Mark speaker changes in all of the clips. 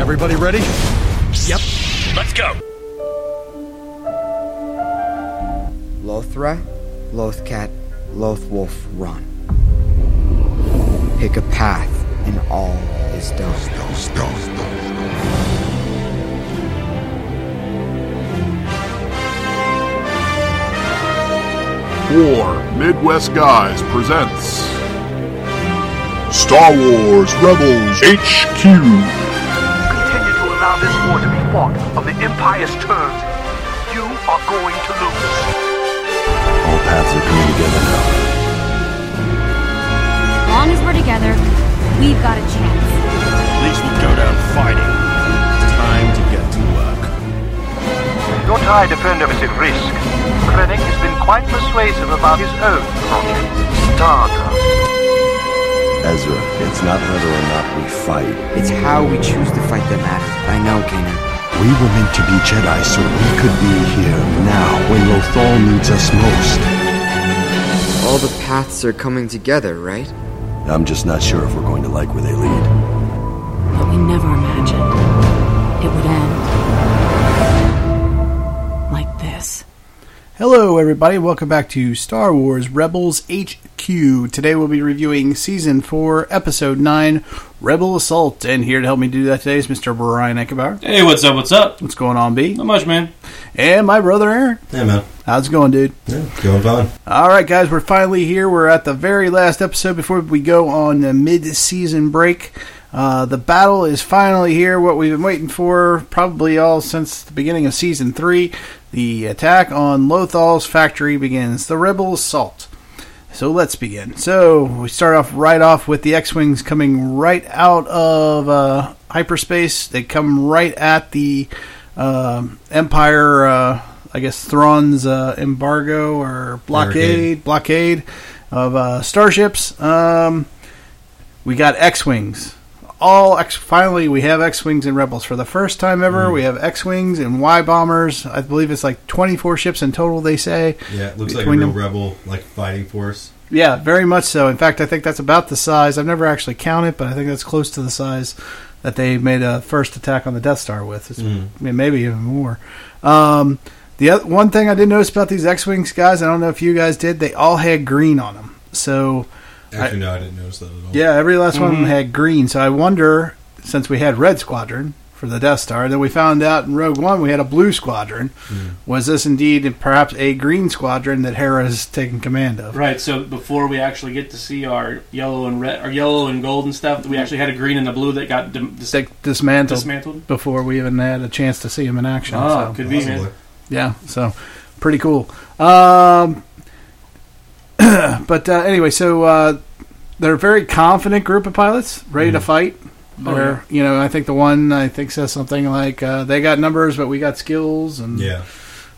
Speaker 1: Everybody ready?
Speaker 2: Yep. Let's go.
Speaker 3: Lothra, Lothcat, Lothwolf, run. Pick a path, and all is done.
Speaker 4: War Midwest Guys presents Star Wars Rebels HQ.
Speaker 2: Continue to allow this war to be fought on the Empire's terms. You are going to lose.
Speaker 5: All paths are coming together now.
Speaker 6: As long as we're together, we've got a chance.
Speaker 5: These will go down fighting. Time to get to work.
Speaker 2: Your high defender is at risk. Krennic has been quite persuasive about his own project, Stardust.
Speaker 5: Ezra, it's not whether or not we fight.
Speaker 3: It's how we choose to fight that matters. I know, Kanan.
Speaker 7: We were meant to be Jedi so we could be here now when Lothal needs us most.
Speaker 3: All the paths are coming together, right?
Speaker 5: I'm just not sure if we're going to like where they lead.
Speaker 8: But we never imagined it would end like this.
Speaker 9: Hello, everybody. Welcome back to Star Wars Rebels HQ. Today we'll be reviewing Season 4, Episode 9, Rebel Assault. And here to help me do that today is Mr. Brian Eckebauer.
Speaker 10: Hey, what's up? What's up?
Speaker 9: What's going on, B?
Speaker 10: Not much, man.
Speaker 9: And my brother Aaron.
Speaker 11: Hey man,
Speaker 9: How's it going, dude?
Speaker 11: yeah, going fine.
Speaker 9: All right, guys, we're finally here. We're at the very last episode before we go on a mid-season break. Uh, the battle is finally here. What we've been waiting for, probably all since the beginning of season three. The attack on Lothal's factory begins. The rebel assault. So let's begin. So we start off right off with the X-wings coming right out of uh, hyperspace. They come right at the um Empire. Uh, I guess Thrawn's uh, embargo or blockade, blockade of uh, starships. Um, we got X-wings. All X. Finally, we have X-wings and Rebels for the first time ever. We have X-wings and Y bombers. I believe it's like twenty-four ships in total. They say.
Speaker 11: Yeah, it looks like a
Speaker 9: Between
Speaker 11: real
Speaker 9: them.
Speaker 11: rebel like fighting force.
Speaker 9: Yeah, very much so. In fact, I think that's about the size. I've never actually counted, but I think that's close to the size that they made a first attack on the Death Star with. It's, I mean, maybe even more. Um, the oth- one thing I did notice about these X-wings guys, I don't know if you guys did, they all had green on them. So
Speaker 11: Actually, no, I didn't notice that at all.
Speaker 9: yeah, every last one of them had green. So I wonder, since we had Red Squadron for the Death Star, then we found out in Rogue One we had a Blue Squadron. Was this indeed perhaps a Green Squadron that Hera's taking command of?
Speaker 10: Right. So before we actually get to see our yellow and red, our yellow and gold and stuff, we actually had a green and a blue that got dim- dis-
Speaker 9: They dismantled.
Speaker 10: dismantled.
Speaker 9: before we even had a chance to see him in action.
Speaker 10: Oh,
Speaker 9: so,
Speaker 10: could be,
Speaker 11: Possibly.
Speaker 10: man.
Speaker 9: yeah, so pretty cool. Um, but uh, anyway, so uh, they're a very confident group of pilots, ready to fight.
Speaker 10: Oh,
Speaker 9: Or you know, I think the one I think says something like uh, they got numbers, but we got skills, and
Speaker 11: Yeah,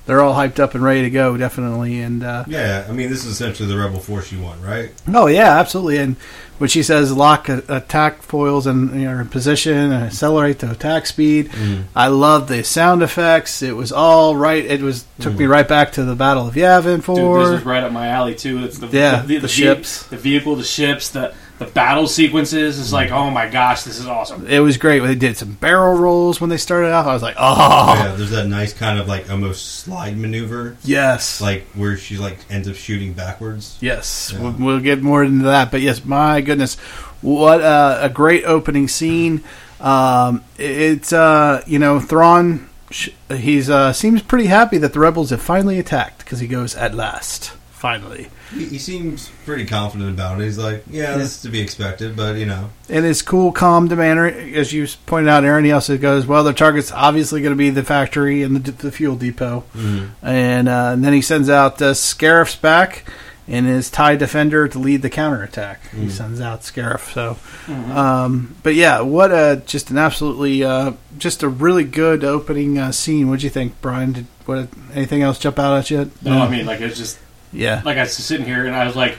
Speaker 9: they're all hyped up and ready to go, definitely. And uh,
Speaker 11: yeah. I mean, this is essentially the rebel force you want, right?
Speaker 9: Oh yeah, absolutely. And when she says lock a- attack foils in you know, in position and accelerate the attack speed,
Speaker 10: Mm-hmm.
Speaker 9: I love the sound effects. It was all right. It was took me right back to the Battle of Yavin
Speaker 10: Mm-hmm. Dude,
Speaker 9: Four.
Speaker 10: this is right up my alley too. It's the
Speaker 9: Yeah,
Speaker 10: the,
Speaker 9: the
Speaker 10: ve-
Speaker 9: ships.
Speaker 10: the vehicle, the ships, the the battle sequences. It's like, oh my gosh, this is awesome.
Speaker 9: it was great. They did some barrel rolls when they started off. I was like, oh
Speaker 11: Yeah, there's that nice kind of like almost slide maneuver,
Speaker 9: yes,
Speaker 11: like where she like ends up shooting backwards.
Speaker 9: Yes,
Speaker 11: Yeah.
Speaker 9: we'll, we'll get more into that. But yes, my goodness, what a, a great opening scene! Um, it- it's uh, you know Thrawn. sh- He's uh, seems pretty happy that the rebels have finally attacked because he goes at last, finally.
Speaker 11: He, he seems pretty confident about it. He's like, yeah, this is to be expected, but you know,
Speaker 9: And his cool, calm demeanor, as you s- pointed out, Aaron. He also goes, "Well, their target's obviously going to be the factory and the, d- the fuel depot."
Speaker 10: Mm-hmm.
Speaker 9: And, uh, and then he sends out uh, Scarif's back and his TIE defender to lead the counterattack.
Speaker 10: Hmm.
Speaker 9: He sends out Scarif. So, um, but yeah, what a just an absolutely uh, just a really good opening uh, scene. What'd you think, Brian? Did what anything else jump out at you?
Speaker 10: No, I mean, like it's just
Speaker 9: yeah,
Speaker 10: like I was sitting here and I was like,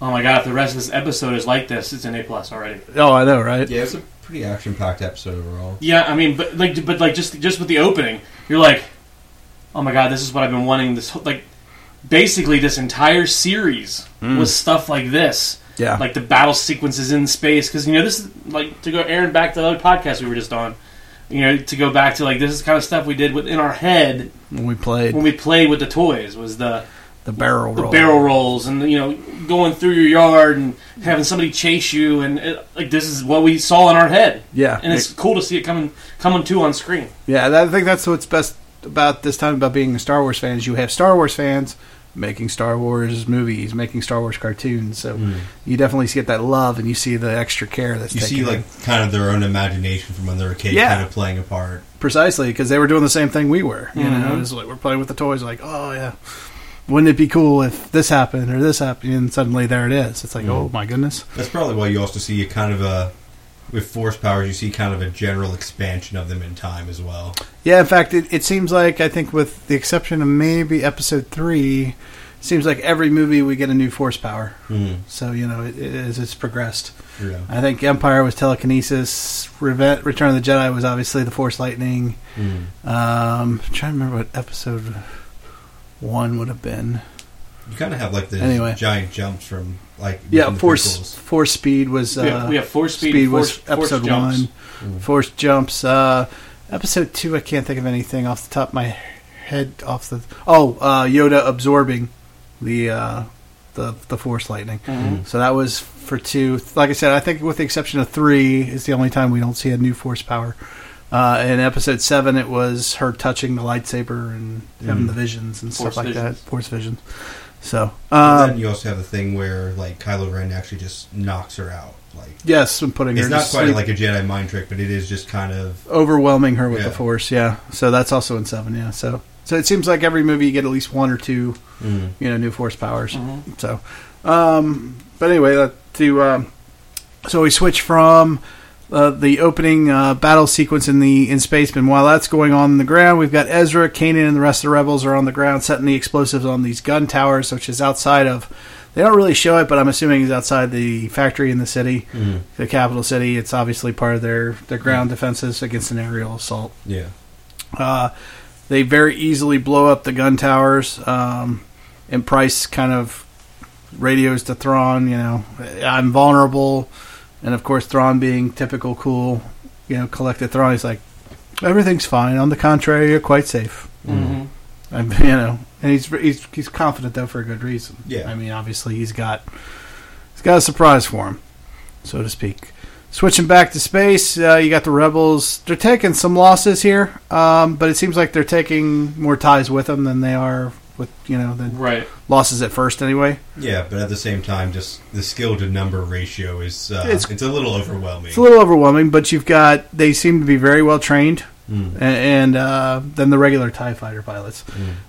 Speaker 10: oh my god, if the rest of this episode is like this, it's an A plus already.
Speaker 9: oh, I know, right?
Speaker 11: yeah, it's a pretty action-packed episode overall.
Speaker 10: Yeah, I mean, but like, but like, just just with the opening, you're like, oh my god, this is what I've been wanting. This whole- like, basically, this entire series was stuff like this,
Speaker 9: Yeah.
Speaker 10: like the battle sequences in space because you know this is like to go Aaron back to the other podcast we were just on. You know, to go back to like this is kind of stuff we did within our head
Speaker 9: when we played
Speaker 10: when we played with the toys was the
Speaker 9: the barrel
Speaker 10: the
Speaker 9: roll.
Speaker 10: barrel rolls and you know going through your yard and having somebody chase you and it, like this is what we saw in our head
Speaker 9: Yeah.
Speaker 10: and it's cool to see it coming coming to on screen
Speaker 9: Yeah, that, I think that's what's best about this time about being a Star Wars fan is you have Star Wars fans making Star Wars movies, making Star Wars cartoons. So you definitely see that love and you see the extra care that's
Speaker 11: Hmm. You
Speaker 9: taken
Speaker 11: see,
Speaker 9: in.
Speaker 11: like, kind of their own imagination from when they were a kid,
Speaker 9: Yeah.
Speaker 11: kind of playing a part.
Speaker 9: precisely because they were doing the same thing we were. You
Speaker 11: Mm-hmm.
Speaker 9: know, it's like we're playing with the toys. Like, oh yeah, wouldn't it be cool if this happened or this happened? And suddenly there it is. It's
Speaker 11: Hmm.
Speaker 9: like, oh my goodness.
Speaker 11: That's probably why you also see a kind of a with force powers. You see kind of a general expansion of them in time as well.
Speaker 9: Yeah, in fact, it, it seems like I think, with the exception of maybe episode three, seems like every movie we get a new force power.
Speaker 11: Mm.
Speaker 9: So you know, it, it, as it's progressed,
Speaker 11: You know.
Speaker 9: I think Empire was telekinesis. Reve- Return of the Jedi was obviously the Force lightning.
Speaker 11: Mm.
Speaker 9: Um, I'm trying to remember what episode one would have been.
Speaker 11: You kind of have like the
Speaker 9: Anyway.
Speaker 11: giant jumps from like
Speaker 9: Yeah,
Speaker 11: within the
Speaker 9: Force
Speaker 11: prequels.
Speaker 9: Force Speed was. Uh,
Speaker 10: we, have, we have force speed,
Speaker 9: Speed
Speaker 10: force,
Speaker 9: was episode
Speaker 10: force jumps.
Speaker 9: one.
Speaker 11: Mm-hmm.
Speaker 9: Force jumps. Uh, episode two, I can't think of anything off the top of my head. Off the oh, uh, Yoda absorbing the uh, the the Force lightning.
Speaker 10: Mm-hmm.
Speaker 11: Mm-hmm.
Speaker 9: So that was for two. Like I said, I think with the exception of three, is the only time we don't see a new Force power. Uh, in episode seven, it was her touching the lightsaber and
Speaker 11: Mm-hmm.
Speaker 9: having the visions and
Speaker 10: Force
Speaker 9: stuff like
Speaker 10: visions.
Speaker 9: that. Force vision. So
Speaker 11: But
Speaker 9: um,
Speaker 11: then you also have the thing where like Kylo Ren actually just knocks her out. Like
Speaker 9: yes, I'm putting
Speaker 11: it's
Speaker 9: her
Speaker 11: not
Speaker 9: to
Speaker 11: quite
Speaker 9: sleep.
Speaker 11: like a Jedi mind trick, but it is just kind of
Speaker 9: overwhelming her with the
Speaker 11: Yeah.
Speaker 9: force yeah so that's also in seven yeah so so it seems like every movie you get at least one or two you know new force powers so um but anyway that to um so we switch from uh, the opening uh, battle sequence in the in space and while that's going on in the ground we've got ezra kanan and the rest of the rebels are on the ground setting the explosives on these gun towers which is outside of they don't really show it but i'm assuming it's outside the factory in the city the capital city it's obviously part of their their ground defenses against an aerial assault
Speaker 11: yeah.
Speaker 9: uh, they very easily blow up the gun towers, um, and Price kind of radios to Thrawn, you know, I'm vulnerable. And of course, Thrawn being typical cool, you know, collected Thrawn, he's like, everything's fine. On the contrary, you're quite safe.
Speaker 10: Mhm.
Speaker 9: I'm, you know, and he's, he's he's confident though for a good reason.
Speaker 11: Yeah.
Speaker 9: I mean, obviously he's got he's got a surprise for him, so to speak. Switching back to space, uh, you got the rebels. They're taking some losses here, um, but it seems like they're taking more ties with them than they are with you know the
Speaker 10: right
Speaker 9: losses at first. Anyway,
Speaker 11: Yeah, but at the same time, just the skill to number ratio is uh,
Speaker 9: It's-
Speaker 11: it's, a little overwhelming.
Speaker 9: it's a little overwhelming, but you've got they seem to be very well trained, a- and uh, than the regular Tie fighter pilots.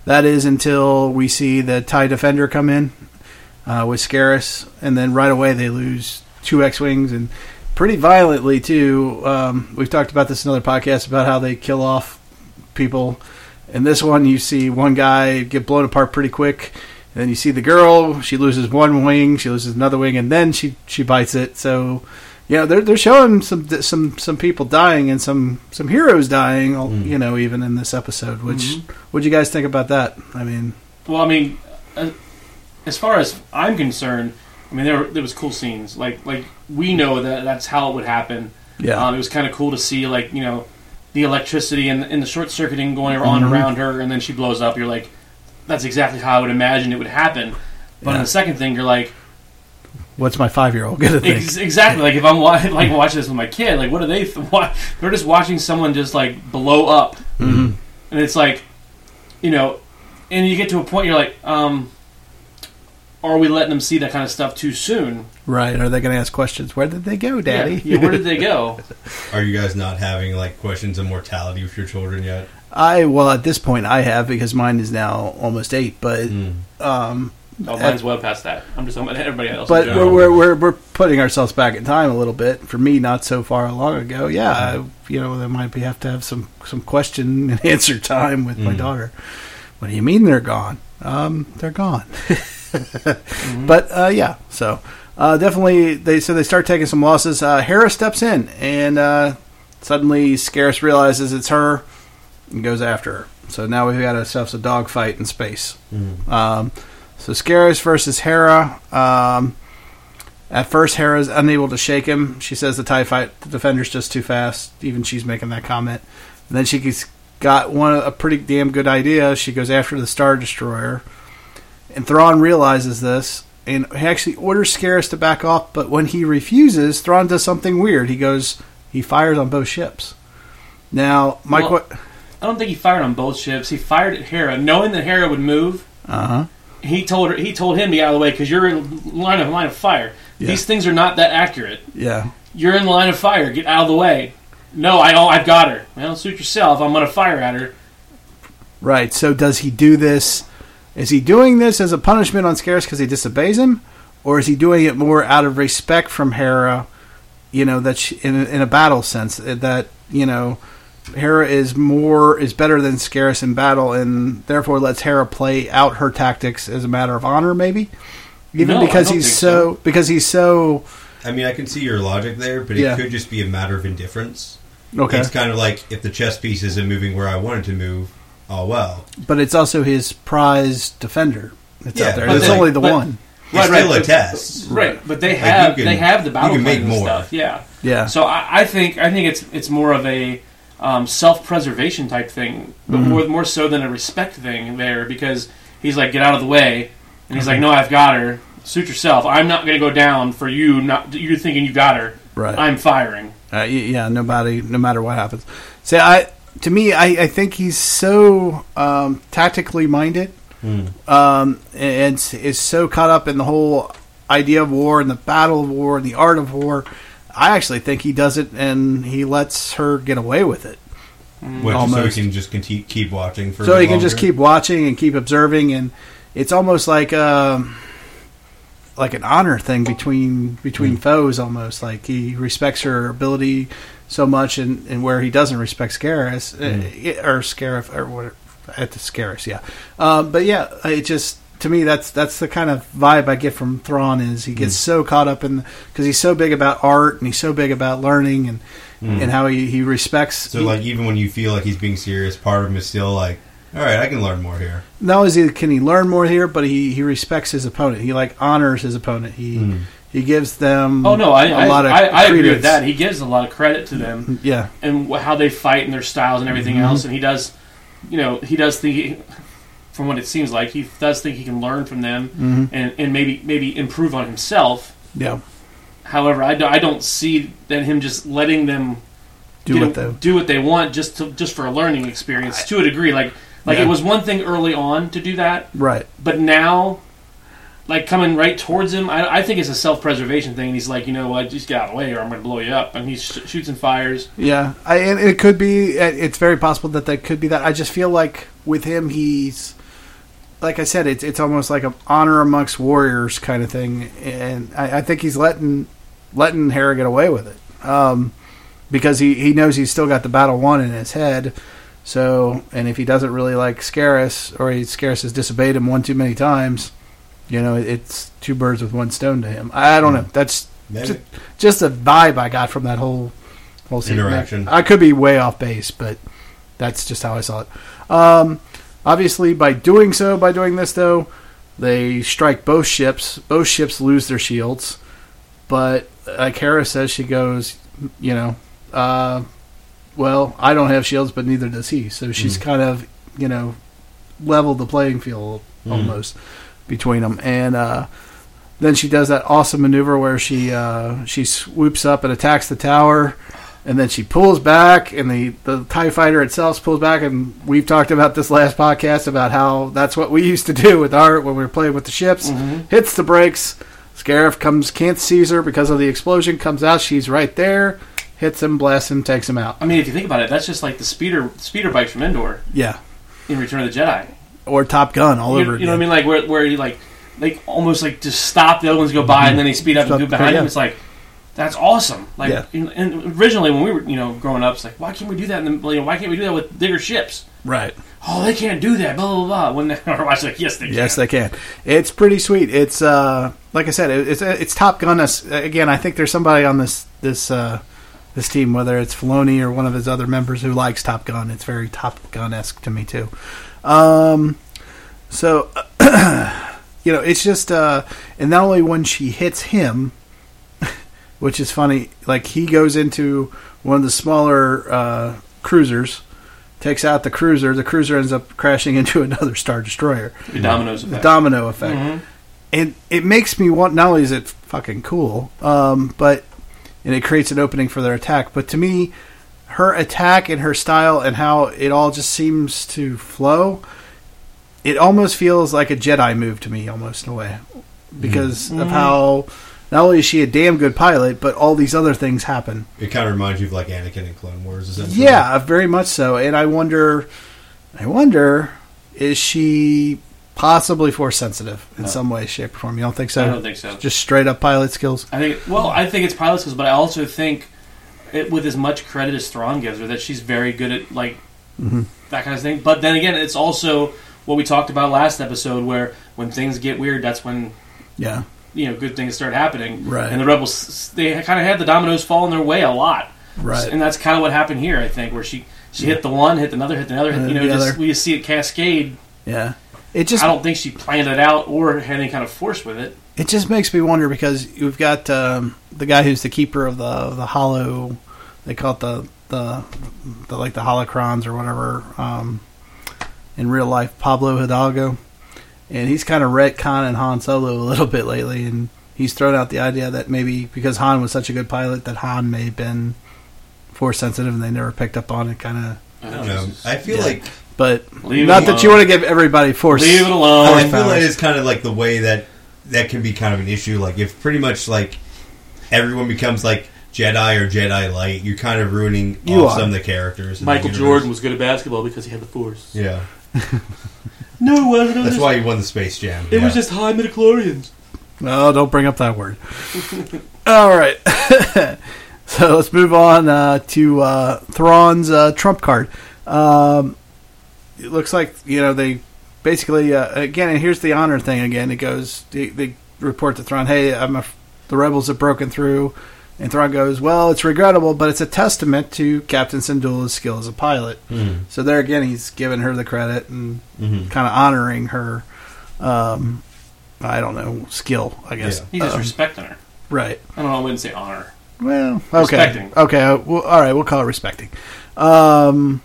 Speaker 9: That is until we see the Tie defender come in uh, with Scaris, and then right away they lose two X wings and pretty violently too. Um, we've talked about this in other podcasts about how they kill off people. In this one, you see one guy get blown apart pretty quick. And then you see the girl; she loses one wing, she loses another wing, and then she she bites it. So, you know, they're they're showing some some some people dying and some some heroes dying. You know, even in this episode, which
Speaker 10: Mm-hmm.
Speaker 9: what do you guys think about that? I mean,
Speaker 10: well i mean uh, as far as i'm concerned i mean there, were- there was cool scenes like like we know that that's how it would happen Um,
Speaker 9: uh,
Speaker 10: it was kind of cool to see, like you know, the electricity and, and the short circuiting going on around her, and then she blows up. You're like, that's exactly how I would imagine it would happen. But in the second thing, you're like,
Speaker 9: what's my five year old gonna think?
Speaker 10: ex- exactly like if I'm wa- like watching this with my kid, like what are they? Th- wa- they're just watching someone just like blow up,
Speaker 9: Mm-hmm.
Speaker 10: and it's like, you know, and you get to a point, you're like, um, are we letting them see that kind of stuff too soon?
Speaker 9: right? Are they gonna ask questions? Where did they go,
Speaker 10: Yeah,
Speaker 9: Daddy?
Speaker 10: yeah, where did they go?
Speaker 11: Are you guys not having like questions of mortality with your children yet?
Speaker 9: I well, at this point, I have because mine is now almost eight, but um,
Speaker 10: Oh, mine's well past that. I'm just talking about everybody else.
Speaker 9: but
Speaker 10: Yeah.
Speaker 9: we're, we're we're we're putting ourselves back in time a little bit. For me, not so far long ago. Yeah, I, you know, there might be have to have some some question and answer time with my daughter. What do you mean they're gone? Um, they're gone. But uh, yeah, so uh, definitely they so they start taking some losses. Uh, Hera steps in and uh, suddenly Scarce realizes it's her and goes after her. So now we've got ourselves a dogfight in space. Um, so Scarce versus Hera. Um, At first, Hera's unable to shake him. She says the TIE fight, the defender's just too fast. Even she's making that comment. And then she gets, got one a pretty damn good idea. She goes after the Star Destroyer. And Thrawn realizes this and he actually orders Scarus to back off. But when he refuses, Thrawn does something weird. He goes, he fires on both ships. Now, my
Speaker 10: Well-
Speaker 9: que-
Speaker 10: I don't think he fired on both ships. He fired at Hera, knowing that Hera would move.
Speaker 9: uh-huh.
Speaker 10: He told her. He told him to get out of the way because you're in line of line of fire.
Speaker 9: Yeah.
Speaker 10: These things are not that accurate.
Speaker 9: yeah,
Speaker 10: You're in line of fire. Get out of the way. No, I oh, I've got her. Well, suit yourself. I'm gonna fire at her.
Speaker 9: right. So does he do this? Is he doing this as a punishment on Scarus because he disobeys him, or is he doing it more out of respect from Hera? You know that she, in a, in a battle sense eh, that you know Hera is more is better than Scarus in battle, and therefore lets Hera play out her tactics as a matter of honor, maybe. Even
Speaker 10: No, I
Speaker 9: because
Speaker 10: don't
Speaker 9: he's
Speaker 10: think
Speaker 9: so, because he's so
Speaker 11: I mean, I can see your logic there, but it
Speaker 9: Yeah.
Speaker 11: could just be a matter of indifference.
Speaker 9: okay,
Speaker 11: It's kind of like if the chess piece isn't moving where I wanted to move, oh well.
Speaker 9: but it's also his prize defender. It's
Speaker 11: Yeah,
Speaker 9: out there.
Speaker 11: but
Speaker 9: It's
Speaker 11: they-
Speaker 9: only the
Speaker 10: but-
Speaker 9: one.
Speaker 11: It's still a
Speaker 10: but-
Speaker 11: test.
Speaker 10: Right, but they
Speaker 11: Like, you
Speaker 10: have
Speaker 11: can-
Speaker 10: they have the
Speaker 11: you
Speaker 10: battle
Speaker 11: can make
Speaker 10: plan and
Speaker 11: more.
Speaker 10: stuff. Yeah,
Speaker 9: Yeah.
Speaker 10: So I, I think I think it's it's more of a um, self preservation type thing, but
Speaker 9: Mm-hmm.
Speaker 10: more more so than a respect thing there because he's like get out of the way, and he's like no I've got her. Suit yourself. I'm not going to go down for you. Not you thinking you got her.
Speaker 9: Right.
Speaker 10: I'm firing.
Speaker 9: Uh, y- yeah, nobody, no matter what happens. So I, to me, I, I think he's so um, tactically minded, um, and s- is so caught up in the whole idea of war and the battle of war and the art of war. I actually think he does it, and he lets her get away with it.
Speaker 11: Which, so we
Speaker 9: Mm. Almost.
Speaker 11: can just conti- keep watching for. a
Speaker 9: so
Speaker 11: bit
Speaker 9: you can just
Speaker 11: longer.
Speaker 9: keep watching and keep observing and it's almost like um like an honor thing between between foes almost like he respects her ability so much and, and where he doesn't respect Scarif
Speaker 11: Mm-hmm.
Speaker 9: uh, or Scarif or what at the Scarif yeah um, but yeah it just to me that's that's the kind of vibe I get from Thrawn is he
Speaker 11: Mm.
Speaker 9: gets so caught up in because he's so big about art and he's so big about learning and and how he, he respects
Speaker 11: Mm. So like even when you feel like he's being serious, part of him is still like, all right, I can learn more here.
Speaker 9: not only is he, can he learn more here, but he, he respects his opponent. He like honors his opponent. He he gives them
Speaker 10: Mm-hmm. Oh no, I
Speaker 9: a
Speaker 10: I I, I agree with
Speaker 9: credence.
Speaker 10: that. He gives a lot of credit to them
Speaker 9: Yeah,
Speaker 10: and wh- how they fight and their styles and
Speaker 9: Mm-hmm.
Speaker 10: everything else. And he does, you know, he does think, from what it seems like, he does think he can learn from them
Speaker 9: Mm-hmm.
Speaker 10: and, and maybe maybe improve on himself.
Speaker 9: yeah.
Speaker 10: However, I, do, I don't see that him just letting them
Speaker 9: Do
Speaker 10: get-
Speaker 9: what they
Speaker 10: do what they want just to, just for a learning experience to a degree. Like like it was one thing early on to do that,
Speaker 9: right.
Speaker 10: but now, like coming right towards him, I, I think it's a self preservation thing. He's like, you know what, just get out of the way, or I'm going to blow you up. And he sh- shoots and fires.
Speaker 9: Yeah, I, and it could be. it- It's very possible that that could be that. I just feel like with him, he's like I said, it's it's almost like an honor amongst warriors kind of thing, and I, I think he's letting letting Hera get away with it um, because he he knows he's still got the battle won in his head. So, and if he doesn't really like Scarus, or he Scarus has disobeyed him one too many times, you know, it's two birds with one stone to him. I don't know. That's
Speaker 11: Maybe.
Speaker 9: just, just a vibe I got from that whole whole scene.
Speaker 11: Interaction.
Speaker 9: I could be way off base, but that's just how I saw it. Um, obviously, by doing so, by doing this though, they strike both ships. Both ships lose their shields, but like Hera says, she goes, you know, uh, well, I don't have shields, but neither does he. So she's kind of, you know, leveled the playing field almost between them. And uh, then she does that awesome maneuver where she uh, she swoops up and attacks the tower, and then she pulls back, and the the Tie Fighter itself pulls back. And we've talked about this last podcast about how that's what we used to do with our when we were playing with the ships. Hits the brakes. Scarif comes, can't seize her because of the explosion. Comes out, she's right there. Hits him, blasts him, takes him out.
Speaker 10: I mean, if you think about it, that's just like the speeder speeder bikes from Endor
Speaker 9: Yeah,
Speaker 10: in Return of the Jedi.
Speaker 9: or Top Gun all
Speaker 10: You,
Speaker 9: over.
Speaker 10: you know what I
Speaker 9: again.
Speaker 10: mean? Like where where you like like almost like just stop the other ones go by and then they speed up
Speaker 9: Stop
Speaker 10: and
Speaker 9: the
Speaker 10: go
Speaker 9: car,
Speaker 10: behind
Speaker 9: yeah.
Speaker 10: them. It's like that's awesome. Like
Speaker 9: Yeah.
Speaker 10: and- and originally when we were you know growing up, it's like why can't we do that? And you know, why can't we do that with bigger ships?
Speaker 9: Right.
Speaker 10: Oh, they can't do that. Blah blah blah. When our watch like yes they
Speaker 9: Yes,
Speaker 10: can.
Speaker 9: they can. It's pretty sweet. It's uh, like I said, it- it's it's Top Gun. Us again. I think there's somebody on this this uh, this team, whether it's Filoni or one of his other members, who likes Top Gun. It's very Top Gun esque to me too. Um, so you know, it's just uh, and not only when she hits him, which is funny. Like he goes into one of the smaller uh, cruisers, takes out the cruiser. The cruiser ends up crashing into another star destroyer.
Speaker 10: The dominoes
Speaker 9: The
Speaker 10: effect.
Speaker 9: domino effect.
Speaker 10: Mhm.
Speaker 9: And it makes me want. Not only is it fucking cool, um, but and it creates an opening for their attack. But to me, her attack and her style and how it all just seems to flow, it almost feels like a Jedi move to me, almost in a way, because of how not only is she a damn good pilot, but all these other things happen.
Speaker 11: It kind of reminds you of like Anakin and Clone Wars. Essentially.
Speaker 9: Yeah, very much so. And I wonder, I wonder, is she possibly force sensitive in some way, shape, or form? You don't think so?
Speaker 10: I don't think so.
Speaker 9: Just straight up pilot skills.
Speaker 10: I think. Well, I think it's pilot skills, but I also think, it, with as much credit as Thrawn gives her, that she's very good at like
Speaker 9: Mm-hmm.
Speaker 10: that kind of thing. But then again, it's also what we talked about last episode, where when things get weird, that's when
Speaker 9: Yeah,
Speaker 10: you know good things start happening.
Speaker 9: Right.
Speaker 10: And the rebels, they kind of had the dominoes fall in their way a lot.
Speaker 9: Right.
Speaker 10: And that's kind of what happened here, I think, where she she hit the one, hit another, hit another.
Speaker 9: And
Speaker 10: you know,
Speaker 9: Uh, the
Speaker 10: just
Speaker 9: other.
Speaker 10: we just see it cascade.
Speaker 9: yeah. It just
Speaker 10: I don't think she planned it out or had any kind of force with it.
Speaker 9: it just makes me wonder because you've got um, the guy who's the keeper of the the hollow. They call it the the, the like the holocrons or whatever um, in real life. Pablo Hidalgo, and he's kind of retconning Han Solo a little bit lately, and he's thrown out the idea that maybe because Han was such a good pilot that Han may have been force sensitive and they never picked up on it, kind of.
Speaker 11: I don't know. I feel
Speaker 9: Yeah.
Speaker 11: like
Speaker 9: But
Speaker 10: Leave it
Speaker 9: not that you
Speaker 10: alone.
Speaker 9: want to give everybody force.
Speaker 10: Leave it alone.
Speaker 9: force
Speaker 11: I feel like
Speaker 9: powers.
Speaker 11: it's kind of like the way that that can be kind of an issue. Like if pretty much like everyone becomes like Jedi or Jedi Light, you're kind of ruining
Speaker 9: You
Speaker 11: off
Speaker 9: are.
Speaker 11: some of the characters. in the
Speaker 10: Michael
Speaker 11: universe.
Speaker 10: Jordan was good at basketball because he had the force.
Speaker 11: Yeah,
Speaker 10: No, it wasn't. It was
Speaker 11: that's
Speaker 10: just-
Speaker 11: why he won the Space Jam.
Speaker 10: It was
Speaker 11: Yeah.
Speaker 10: just high midichlorians.
Speaker 9: Oh, don't bring up that word. All right. so let's move on uh, to uh, Thrawn's uh, trump card. Um, it looks like, you know, they basically, uh, again, and here's the honor thing again. It goes, they, they report to Thrawn, hey, I'm a, the rebels have broken through. And Thrawn goes, well, it's regrettable, but it's a testament to Captain Syndulla's skill as a pilot. So there again, he's giving her the credit and
Speaker 11: Mhm.
Speaker 9: kind of honoring her. Um, I don't know skill. I guess
Speaker 11: Yeah.
Speaker 10: He's just
Speaker 9: Um,
Speaker 10: respecting her.
Speaker 9: right.
Speaker 10: I don't know. I wouldn't say honor.
Speaker 9: Well, okay,
Speaker 10: Respecting.
Speaker 9: okay. uh, Well, all right, we'll call it respecting. Um,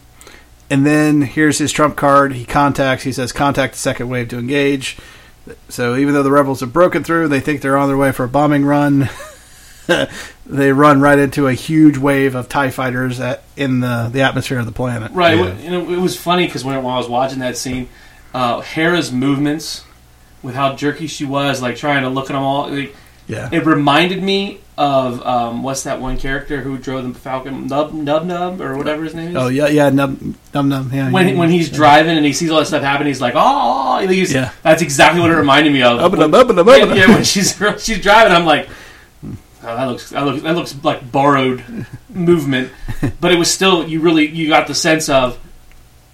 Speaker 9: and then here's his trump card. He contacts. He says, "Contact the second wave to engage." So even though the rebels have broken through, they think they're on their way for a bombing run. they run right into a huge wave of Tie fighters at, in the the atmosphere of the planet.
Speaker 10: Right.
Speaker 11: Yeah.
Speaker 10: It, you know, it was funny because when, while I was watching that scene, uh, Hera's movements with how jerky she was, like trying to look at them all, like,
Speaker 9: Yeah.
Speaker 10: it reminded me of um, what's that one character who drove the Falcon Nub Nub Nub or whatever his name is.
Speaker 9: Oh yeah, yeah. Num num num. Yeah. yeah.
Speaker 10: When, when he's driving and he sees all that stuff happen, he's like, "Oh, oh," he's-
Speaker 9: Yeah.
Speaker 10: that's exactly what it reminded me of."
Speaker 9: Up and
Speaker 10: When-
Speaker 9: up, up and up, up and
Speaker 10: yeah,
Speaker 9: up.
Speaker 10: yeah, when she's she's driving, I'm like, oh, that looks that looks that looks like borrowed movement, but it was still you really you got the sense of,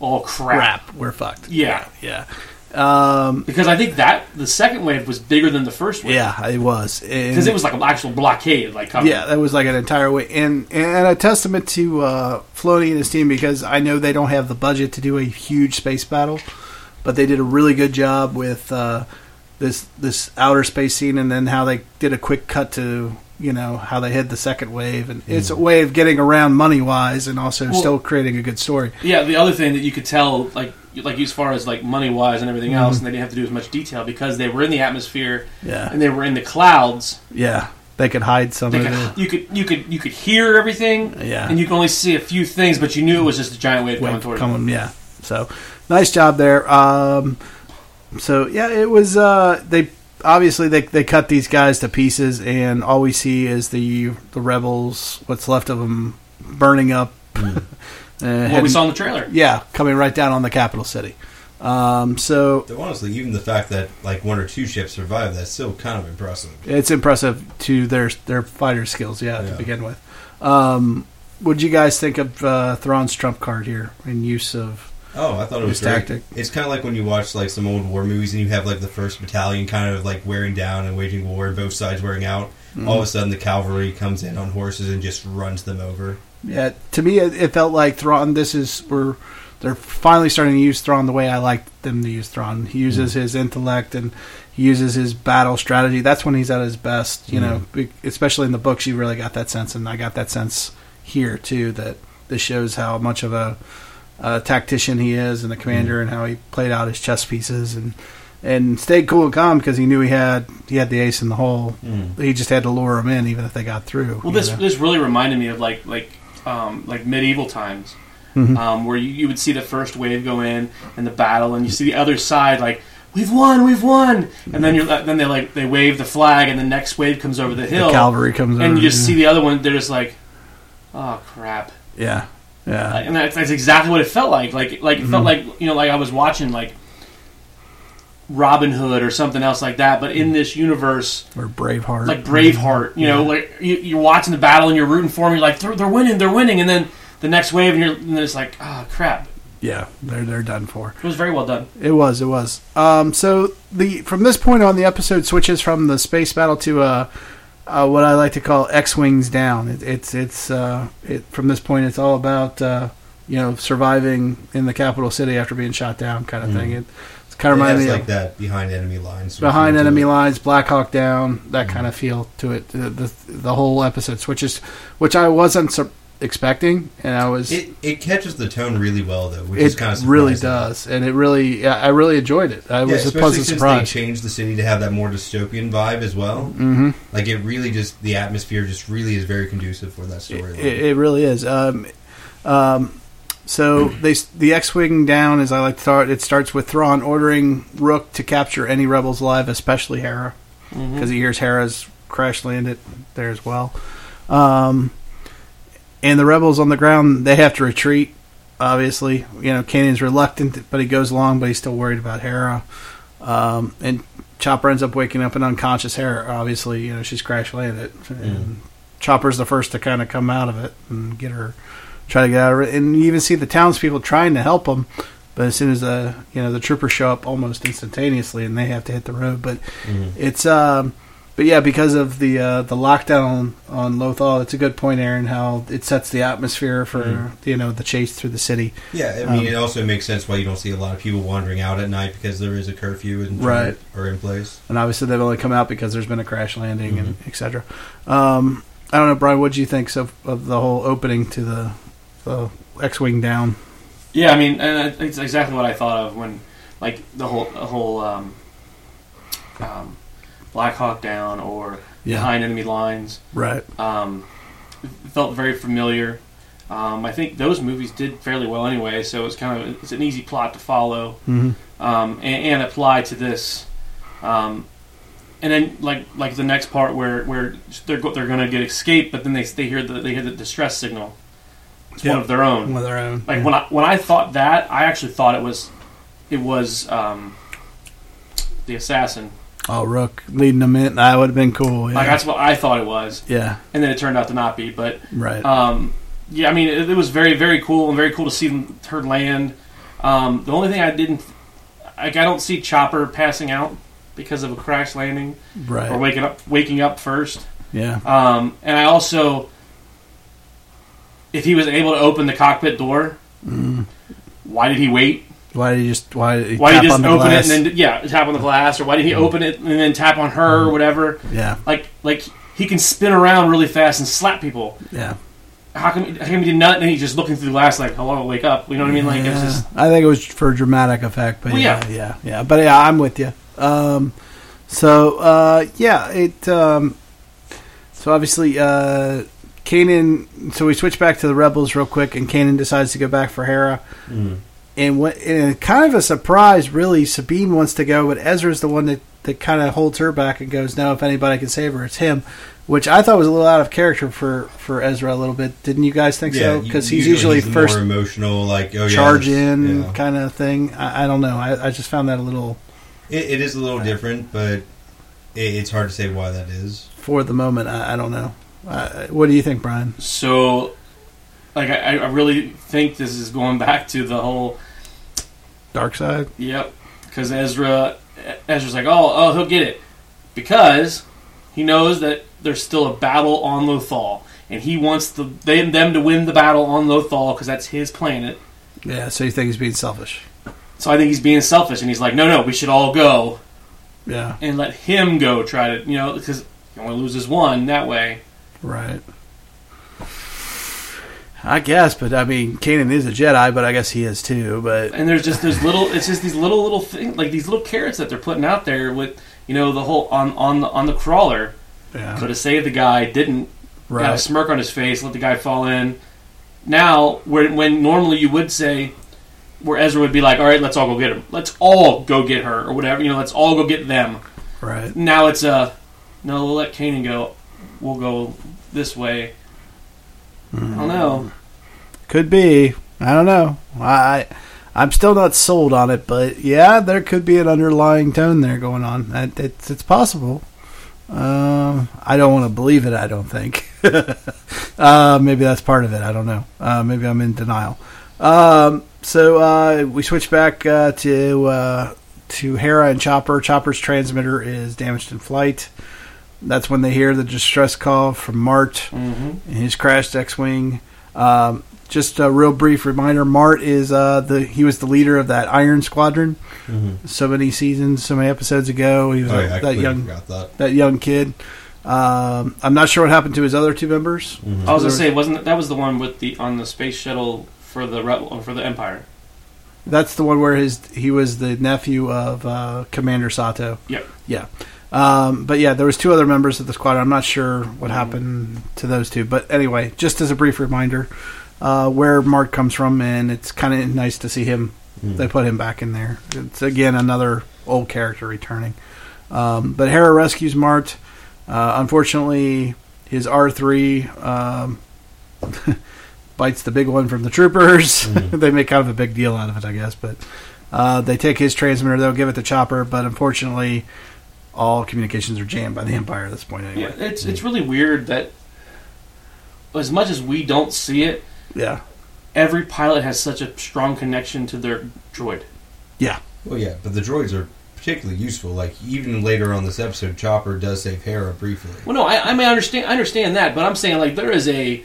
Speaker 10: oh crap,
Speaker 9: crap, we're fucked.
Speaker 10: yeah,
Speaker 9: Yeah. Um,
Speaker 10: because I think that the second wave was bigger than the first wave,
Speaker 9: yeah, it was.
Speaker 10: because it was like an actual blockade, like coming.
Speaker 9: Yeah, that was like an entire way, and and a testament to uh, Filoni and his team because I know they don't have the budget to do a huge space battle, but they did a really good job with uh, this this outer space scene, and then how they did a quick cut to you know how they hit the second wave, and it's a way of getting around money wise, and also
Speaker 10: Mm. Well-
Speaker 9: still creating a good story.
Speaker 10: Yeah, the other thing that you could tell, like like as far as like money wise and
Speaker 9: Mm-hmm.
Speaker 10: everything else, and they didn't have to do as much detail because they were in the atmosphere
Speaker 9: Yeah.
Speaker 10: and they were in the clouds.
Speaker 9: Yeah, they could hide some
Speaker 10: They
Speaker 9: of
Speaker 10: could,
Speaker 9: it.
Speaker 10: you could you could you could hear everything,
Speaker 9: Yeah.
Speaker 10: and you could only see a few things, but you knew it was just a giant wave coming toward you.
Speaker 9: Coming, yeah. So nice job there. Um, so yeah, it was. Uh, they obviously they they cut these guys to pieces, and all we see is the the rebels, what's left of them, burning up. Uh,
Speaker 10: Mm-hmm. What we
Speaker 9: heading-
Speaker 10: saw in the trailer.
Speaker 9: yeah, coming right down on the capital city. Um, so
Speaker 11: Though honestly, even the fact that like one or two ships survived, that's still kind of impressive.
Speaker 9: it's impressive to their their fighter skills. Yeah, to
Speaker 11: Yeah.
Speaker 9: begin with. Um, what do you guys think of uh, Thrawn's trump card here in use of?
Speaker 11: Oh, I thought it
Speaker 9: His
Speaker 11: was great.
Speaker 9: tactic.
Speaker 11: It's kind of like when you watch like some old war movies and you have like the first battalion kind of like wearing down and waging war, and both sides wearing out.
Speaker 10: Mm-hmm.
Speaker 11: All of a sudden, the cavalry comes in on horses and just runs them over.
Speaker 9: Yeah, to me, it, it felt like Thrawn. This is we're they're finally starting to use Thrawn the way I like them to use Thrawn.
Speaker 10: Hmm.
Speaker 9: He uses his intellect and he uses his battle strategy. That's when he's at his best, you
Speaker 10: Hmm.
Speaker 9: know. be- Especially in the books, you really got that sense, and I got that sense here too. That this shows how much of a, a tactician he is and a commander,
Speaker 10: Hmm.
Speaker 9: and how he played out his chess pieces and and stayed cool and calm because he knew he had he had the ace in the hole. He just had to lure him in, even if they got through.
Speaker 10: Hmm. Well,
Speaker 9: you
Speaker 10: this
Speaker 9: know?
Speaker 10: this really reminded me of like like um, like medieval times,
Speaker 9: Mm-hmm.
Speaker 10: um, where you, you would see the first wave go in and the battle, and you see the other side like we've won, we've won, and then you're then they like they wave the flag, and the next wave comes over the hill,
Speaker 9: the cavalry comes
Speaker 10: and
Speaker 9: over,
Speaker 10: you just
Speaker 9: yeah.
Speaker 10: see the other one. They're just like, oh crap.
Speaker 9: yeah, yeah.
Speaker 10: Uh, and that's, that's exactly what it felt like. Like, like it felt like
Speaker 9: Mm-hmm.
Speaker 10: you know, like I was watching like Robin Hood or something else like that. But in this universe,
Speaker 9: or Braveheart,
Speaker 10: like Braveheart. You know, like you, you're watching the battle and you're rooting for them. You're like, they're, they're winning, they're winning, and then the next wave, and you're and then it's like, ah, crap.
Speaker 9: Yeah, they're they're done for.
Speaker 10: It was very well done.
Speaker 9: It was, it was. Um, so the from this point on, the episode switches from the space battle to uh, uh, what I like to call X wings down. It, it's it's uh, it, from this point, it's all about uh, you know surviving in the capital city after being shot down, kind of thing. It, it's kind of
Speaker 11: It
Speaker 9: reminds
Speaker 11: has
Speaker 9: me
Speaker 11: like
Speaker 9: of
Speaker 11: that behind enemy lines. sort of
Speaker 9: behind
Speaker 11: feel to
Speaker 9: enemy
Speaker 11: it.
Speaker 9: lines, Black Hawk Down, that kind of feel to it. The, the the whole episode switches, which I wasn't sur- expecting, and I was
Speaker 11: It, it catches the tone really well though, which is
Speaker 9: it
Speaker 11: kind of
Speaker 9: really does, and it really, I I really enjoyed it. I
Speaker 11: Yeah,
Speaker 9: was a
Speaker 11: especially
Speaker 9: pleasant
Speaker 11: since
Speaker 9: surprise.
Speaker 11: they changed the city to have that more dystopian vibe as well.
Speaker 9: hmm
Speaker 11: Like it really just the atmosphere just really is very conducive for that
Speaker 9: It,
Speaker 11: storyline.
Speaker 9: it it really is. Um, um, so they s- the X-wing down, as I like to start. It starts with Thrawn ordering Rook to capture any rebels alive, especially Hera, because he hears Hera's crash landed there as well. Um, and the rebels on the ground, they have to retreat. Obviously, you know, Cannon's reluctant, but he goes along, but he's still worried about Hera. Um, and Chopper ends up waking up an unconscious Hera. Obviously, you know, she's crash landed. And Chopper's the first to kind of come out of it and get her, try to get out of it. And you even see the townspeople trying to help him. But as soon as the you know the troopers show up almost instantaneously, and they have to hit the road. But it's um, but yeah, because of the uh, the lockdown on Lothal, it's a good point, Aaron. How it sets the atmosphere for you know the chase through the city.
Speaker 11: yeah, I
Speaker 9: um,
Speaker 11: mean, it also makes sense why you don't see a lot of people wandering out at night because there is a curfew and
Speaker 9: Right.
Speaker 11: or in place.
Speaker 9: and obviously they've only come out because there's been a crash landing and etc. Um, I don't know, Brian. What do you think of, of the whole opening to the, the X-wing down?
Speaker 10: Yeah, I mean, and I- it's exactly what I thought of when, like, the whole the whole um, um, Black Hawk Down or
Speaker 9: Yeah.
Speaker 10: behind enemy lines.
Speaker 9: Right.
Speaker 10: um, felt very familiar. Um, I think those movies did fairly well anyway, so it's kind of it's an easy plot to follow
Speaker 9: Mm-hmm.
Speaker 10: um, and, and apply to this. Um, and then like like the next part where where they're go- they're going to get escape, but then they they hear the they hear the distress signal. It's one
Speaker 9: Yeah.
Speaker 10: of their own.
Speaker 9: their own.
Speaker 10: Like when I when I thought that, I actually thought it was it was um, the assassin.
Speaker 9: oh, Rook leading them in. That would have been cool. Yeah.
Speaker 10: Like that's what I thought it was,
Speaker 9: yeah.
Speaker 10: and then it turned out to not be. But
Speaker 9: Right.
Speaker 10: um, yeah, I mean, it, it was very, very cool and very cool to see them, her land. Um, the only thing I didn't, like, I don't see Chopper passing out because of a crash landing
Speaker 9: right.
Speaker 10: or waking up, waking up first.
Speaker 9: yeah.
Speaker 10: Um, and I also, if he was able to open the cockpit door,
Speaker 9: Mm.
Speaker 10: why did he wait?
Speaker 9: Why did you just why did he
Speaker 10: Why did
Speaker 9: tap on
Speaker 10: he just
Speaker 9: the
Speaker 10: open
Speaker 9: glass? Mm.
Speaker 10: it and then yeah, tap on the glass? Or why did he open it and then tap on her or whatever?
Speaker 9: yeah.
Speaker 10: Like, like he can spin around really fast and slap people.
Speaker 9: Yeah.
Speaker 10: how come, how come he did not? And he's just looking through the glass, like, hello, wake up. You know what I mean? Like, it's
Speaker 9: Yeah.
Speaker 10: just.
Speaker 9: I think it was for dramatic effect, but
Speaker 10: Well,
Speaker 9: yeah,
Speaker 10: yeah.
Speaker 9: yeah, yeah, But yeah, I'm with you. Um, so uh, yeah, it. Um, so obviously, uh, Kanan. So we switch back to the rebels real quick, and Kanan decides to go back for Hera. And what? And kind of a surprise, really. Sabine wants to go, but Ezra's the one that that kind of holds her back and goes, "No, if anybody can save her, it's him." Which I thought was a little out of character for, for Ezra a little bit. Didn't you guys think so?
Speaker 11: you-
Speaker 9: Because he's usually,
Speaker 11: the
Speaker 9: first
Speaker 11: more emotional, like oh, yeah,
Speaker 9: charge
Speaker 11: this-
Speaker 9: in
Speaker 11: yeah.
Speaker 9: kind of thing. I, I don't know. I, I just found that a little
Speaker 11: It, it is a little different, but it, it's hard to say why that is.
Speaker 9: for the moment. I, I don't know. Uh, what do you think, Brian?
Speaker 10: So, like, I, I really think this is going back to the whole,
Speaker 9: Dark side.
Speaker 10: yep, because Ezra, Ezra's like, oh, oh, he'll get it. Because he knows that there's still a battle on Lothal. And he wants the, they, them to win the battle on Lothal because that's his planet.
Speaker 9: Yeah, so you think he's being selfish?
Speaker 10: So I think he's being selfish, and he's like, no, no, we should all go
Speaker 9: Yeah,
Speaker 10: and let him go try to, you know, because he only loses one that way.
Speaker 9: right. I guess, but I mean, Kanan is a Jedi, but I guess he is too. But
Speaker 10: And there's just there's little, it's just these little little things, like these little carrots that they're putting out there with, you know, the whole on on the on the crawler.
Speaker 9: yeah,
Speaker 10: Could have saved the guy, didn't.
Speaker 9: Uh-huh. right.
Speaker 10: Got a smirk on his face, let the guy fall in. Now, when, when normally you would say, where Ezra would be like, all right, let's all go get him. Let's all go get her, or whatever. You know, let's all go get them.
Speaker 9: Right.
Speaker 10: Now it's a, no, we'll let Kanan go. We'll go this way. I don't know.
Speaker 9: Could be. I don't know. I, I am still not sold on it, but yeah, there could be an underlying tone there going on. It, it's it's possible. Um, I don't want to believe it. I don't think. uh, maybe that's part of it. I don't know. Uh, maybe I'm in denial. Um, so uh, we switch back uh, to uh, to Hera and Chopper. Chopper's transmitter is damaged in flight. That's when they hear the distress call from Mart
Speaker 10: hmm
Speaker 9: in his crashed X-wing. Um, just a real brief reminder: Mart is uh, the he was the leader of that Iron Squadron. So many seasons, so many episodes ago, he was
Speaker 11: Oh, yeah, I
Speaker 9: that
Speaker 11: completely
Speaker 9: young
Speaker 11: forgot that.
Speaker 9: that young kid. Um, I'm not sure what happened to his other two members.
Speaker 11: Mm.
Speaker 10: I was gonna say, wasn't that, that was the one with the on the space shuttle for the rebel or for the Empire?
Speaker 9: That's the one where his he was the nephew of uh, Commander Sato.
Speaker 10: Yep.
Speaker 9: Yeah. Um, but yeah, there was two other members of the squad. I'm not sure what happened to those two. But anyway, just as a brief reminder, uh, where Mark comes from, and it's kind of nice to see him. They put him back in there. It's again another old character returning. Um, but Hera rescues Mart. Uh, unfortunately, his R three um, bites the big one from the troopers. they make kind of a big deal out of it, I guess. But uh, they take his transmitter. They'll give it to Chopper, but unfortunately, all communications are jammed by the Empire at this point.
Speaker 10: Yeah,
Speaker 9: Anyway,
Speaker 10: it's it's really weird that as much as we don't see it,
Speaker 9: yeah,
Speaker 10: every pilot has such a strong connection to their droid.
Speaker 11: Well, yeah, but the droids are particularly useful. Like even later on this episode, Chopper does save Hera briefly.
Speaker 10: Well, no, I, I mean, I understand, I understand that, but I'm saying like there is a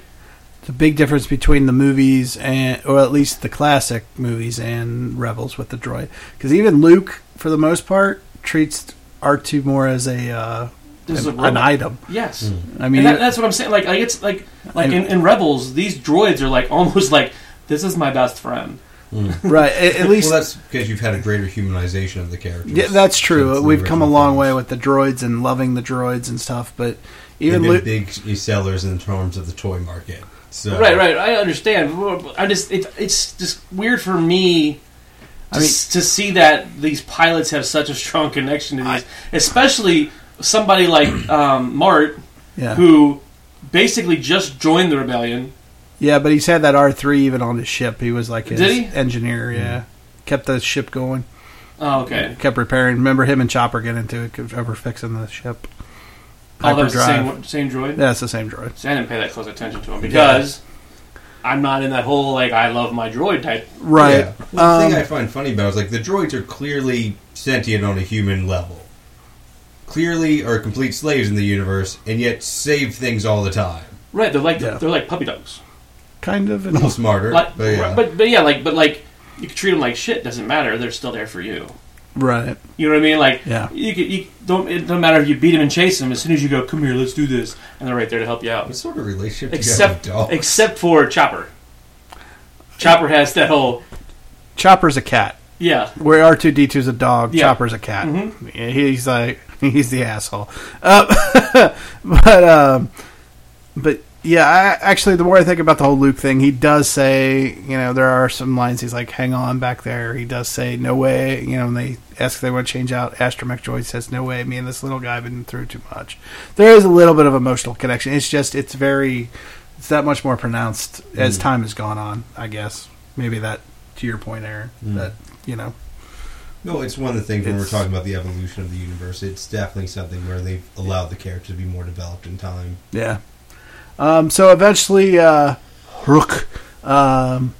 Speaker 9: it's a big difference between the movies and, or at least the classic movies and Rebels with the droid, because even Luke, for the most part, treats R two more as a, uh,
Speaker 10: this is a
Speaker 9: an,
Speaker 10: robot.
Speaker 9: an item.
Speaker 10: Yes,
Speaker 9: I mean,
Speaker 10: and that, that's what I'm saying. Like, like it's like like in, in Rebels, these droids are like almost like this is my best friend.
Speaker 9: right? At, at
Speaker 11: Well,
Speaker 9: least
Speaker 11: that's because you've had a greater humanization of the characters.
Speaker 9: Yeah, that's
Speaker 11: since
Speaker 9: true.
Speaker 11: the
Speaker 9: We've come a
Speaker 11: original
Speaker 9: long
Speaker 11: films.
Speaker 9: way with the droids and loving the droids and stuff, but
Speaker 11: They've
Speaker 9: even
Speaker 11: been
Speaker 9: Luke,
Speaker 11: big sellers in terms of the toy market. So
Speaker 10: Right, right. I understand. but I just it, it's just weird for me.
Speaker 9: I
Speaker 10: To, s to see that these pilots have such a strong connection to these, especially somebody like um, Mart,
Speaker 9: yeah,
Speaker 10: who basically just joined the rebellion,
Speaker 9: yeah. But he's had that R three even on his ship. He was like his
Speaker 10: Did he?
Speaker 9: engineer. Yeah, kept the ship going,
Speaker 10: Oh, okay.
Speaker 9: kept repairing. Remember him and Chopper get into it over fixing the ship.
Speaker 10: Oh, that was the
Speaker 9: Hyperdrive.
Speaker 10: same, same droid?
Speaker 9: Yeah, it's the same droid.
Speaker 10: See, I didn't pay that close attention to him because I'm not in that whole, like, I love my droid type.
Speaker 9: Right.
Speaker 11: Yeah. Well, the
Speaker 9: Um,
Speaker 11: thing I find funny about it is like the droids are clearly sentient on a human level. Clearly are complete slaves in the universe, and yet save things all the time.
Speaker 10: Right, they're like
Speaker 9: Yeah.
Speaker 10: they're like puppy dogs.
Speaker 9: Kind of.
Speaker 11: A little smarter,
Speaker 10: Like,
Speaker 11: but yeah.
Speaker 10: but, but yeah, like, but like, you can treat them like shit, doesn't matter, they're still there for you.
Speaker 9: right.
Speaker 10: You know what I mean? Like,
Speaker 9: Yeah.
Speaker 10: you, could, you don't, it doesn't matter if you beat them and chase them, as soon as you go, come here, let's do this, and they're right there to help you
Speaker 11: what
Speaker 10: out.
Speaker 11: sort of relationship do
Speaker 10: Except,
Speaker 11: you have with dogs?
Speaker 10: except for Chopper. Chopper has that whole,
Speaker 9: Chopper's a cat.
Speaker 10: yeah.
Speaker 9: Where R two D 2s a dog,
Speaker 10: Yeah.
Speaker 9: Chopper's a cat. Yeah, He's like he's the asshole. Uh, but um, but yeah, I, actually, the more I think about the whole Luke thing, he does say you know there are some lines he's like, "Hang on, back there." He does say, "No way," you know. And they ask if they want to change out Astromech Droid says, "No way." Me and this little guy have been through too much. There is a little bit of emotional connection. It's just it's very it's that much more pronounced as time has gone on. I guess maybe that to your point, Aaron. That you know.
Speaker 11: No, it's one of the things when we're
Speaker 9: It's-
Speaker 11: talking about the evolution of the universe. It's definitely something where they've allowed the character to be more developed in time.
Speaker 9: Yeah. Um, so eventually, uh, Rook um,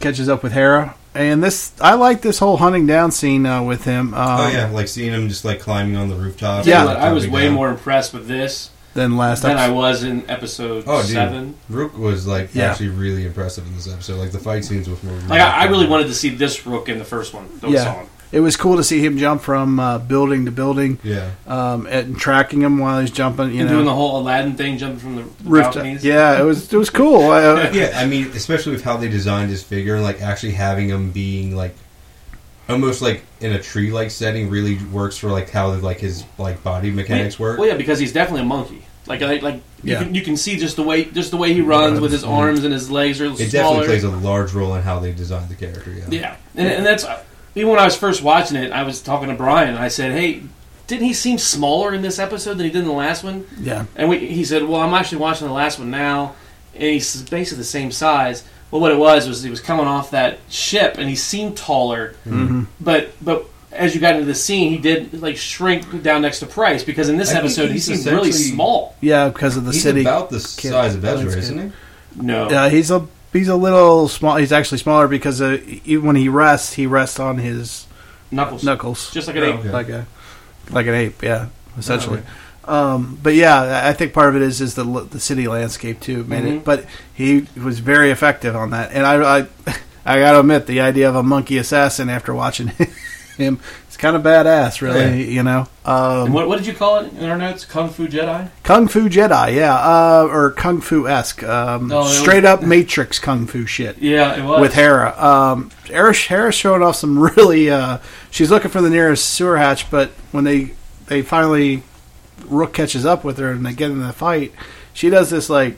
Speaker 9: catches up with Hera, and this I like this whole hunting down scene uh, with him. Um,
Speaker 11: oh yeah, like seeing him just like climbing on the rooftop.
Speaker 9: Yeah.
Speaker 11: like,
Speaker 10: I was
Speaker 11: jumping
Speaker 10: way
Speaker 11: down.
Speaker 10: more impressed with this
Speaker 9: than last
Speaker 10: than I
Speaker 9: episode.
Speaker 10: was in episode
Speaker 11: Oh,
Speaker 10: seven.
Speaker 11: dude. Rook was like
Speaker 9: Yeah.
Speaker 11: actually really impressive in this episode. Like the fight scenes with more.
Speaker 10: Like I, I really wanted to see this Rook in the first one. That we
Speaker 9: Yeah.
Speaker 10: saw him.
Speaker 9: It was cool to see him jump from uh, building to building
Speaker 11: Yeah.
Speaker 9: um, and tracking him while he's jumping. You
Speaker 10: and
Speaker 9: know,
Speaker 10: doing the whole Aladdin thing, jumping from the, the
Speaker 9: rift.
Speaker 10: balconies.
Speaker 9: Yeah, it was it was cool. Uh,
Speaker 11: Yeah, I mean, especially with how they designed his figure, like actually having him being like almost like in a tree-like setting, really works for like how like his like body mechanics work.
Speaker 10: Well, yeah, because he's definitely a monkey. Like, like, like
Speaker 9: Yeah.
Speaker 10: you, can, you can see just the way just the way he runs with his arms and his legs are
Speaker 11: It
Speaker 10: smaller.
Speaker 11: definitely plays a large role in how they designed the character. Yeah.
Speaker 10: yeah, and, and that's even when I was first watching it, I was talking to Brian and I said, "Hey, didn't he seem smaller in this episode than he did in the last one?"
Speaker 9: yeah,
Speaker 10: And we, he said, "Well, I'm actually watching the last one now, and he's basically the same size." Well, what it was was he was coming off that ship, and he seemed taller. But but as you got into the scene, he did like shrink down next to Price because in this
Speaker 11: I think
Speaker 10: episode he
Speaker 11: he's
Speaker 10: seemed really
Speaker 11: essentially-
Speaker 10: small.
Speaker 9: yeah, because of the
Speaker 11: He's
Speaker 9: city.
Speaker 11: about the size of Ezra,
Speaker 9: Lionsgate.
Speaker 11: isn't he?
Speaker 10: No,
Speaker 9: Yeah, he's a he's a little small. He's actually smaller because uh, even when he rests, he rests on his
Speaker 10: knuckles.
Speaker 9: knuckles,
Speaker 10: Just like an
Speaker 11: Oh,
Speaker 10: ape.
Speaker 11: okay.
Speaker 9: like a like an ape. Yeah,
Speaker 10: Oh,
Speaker 9: essentially. Um, but yeah, I- I think part of it is is the l- the city landscape too. Made
Speaker 10: Mhm.
Speaker 9: it, but he was very effective on that. And I I, I gotta admit, the idea of a monkey assassin after watching him, it's kind of badass, really.
Speaker 11: Yeah.
Speaker 9: You know,
Speaker 10: And
Speaker 9: um,
Speaker 10: what, what did you call it in our notes? Kung Fu Jedi.
Speaker 9: Kung Fu Jedi, yeah, uh, or Kung Fu esque, um,
Speaker 10: No, Oh, it was-
Speaker 9: straight up Matrix Kung Fu shit.
Speaker 10: Yeah, it was
Speaker 9: with Hera. Um, Hera Hera's showing off some really. Uh, she's looking for the nearest sewer hatch, but when they they finally Rook catches up with her and they get in the fight, she does this like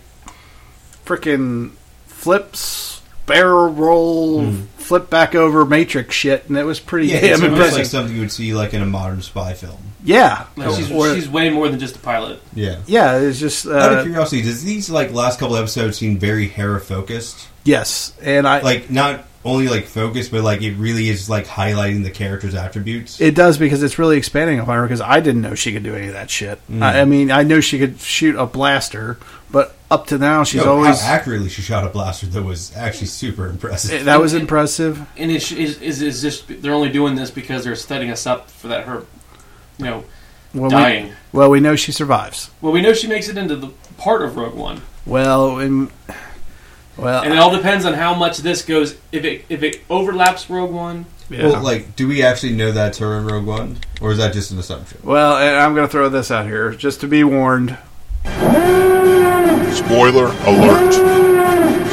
Speaker 9: freaking flips barrel roll
Speaker 10: Hmm.
Speaker 9: flip back over matrix shit, and it was pretty
Speaker 11: Yeah, it's
Speaker 9: damn
Speaker 11: almost like
Speaker 9: impressive.
Speaker 11: something you would see like in a modern spy film.
Speaker 9: yeah,
Speaker 10: Like, she's,
Speaker 9: Or-
Speaker 10: she's way more than just a pilot.
Speaker 11: Yeah.
Speaker 9: yeah, it's just
Speaker 11: Out of
Speaker 9: uh,
Speaker 11: curiosity, does these like last couple episodes seem very Hera focused?
Speaker 9: yes, and I
Speaker 11: Like not only like focused, but like it really is like highlighting the character's attributes.
Speaker 9: It does because it's really expanding upon her because I didn't know she could do any of that shit. I, I mean, I know she could shoot a blaster, but up to now she's
Speaker 11: Yo, how
Speaker 9: always
Speaker 11: accurately she shot a blaster that was actually super
Speaker 9: Eh,
Speaker 11: impressive.
Speaker 9: that was impressive.
Speaker 10: And is, is is is just they're only doing this because they're setting us up for that her, you know,
Speaker 9: Well,
Speaker 10: dying.
Speaker 9: We, well, we know she survives.
Speaker 10: Well, we know she makes it into the part of Rogue One,
Speaker 9: Well, and well,
Speaker 10: and it all depends on how much this goes. If it if it overlaps Rogue One,
Speaker 9: yeah.
Speaker 11: Well, like, do we actually know that's her in Rogue One, or is that just an assumption?
Speaker 9: well, and I'm going to throw this out here just to be warned.
Speaker 4: Spoiler alert.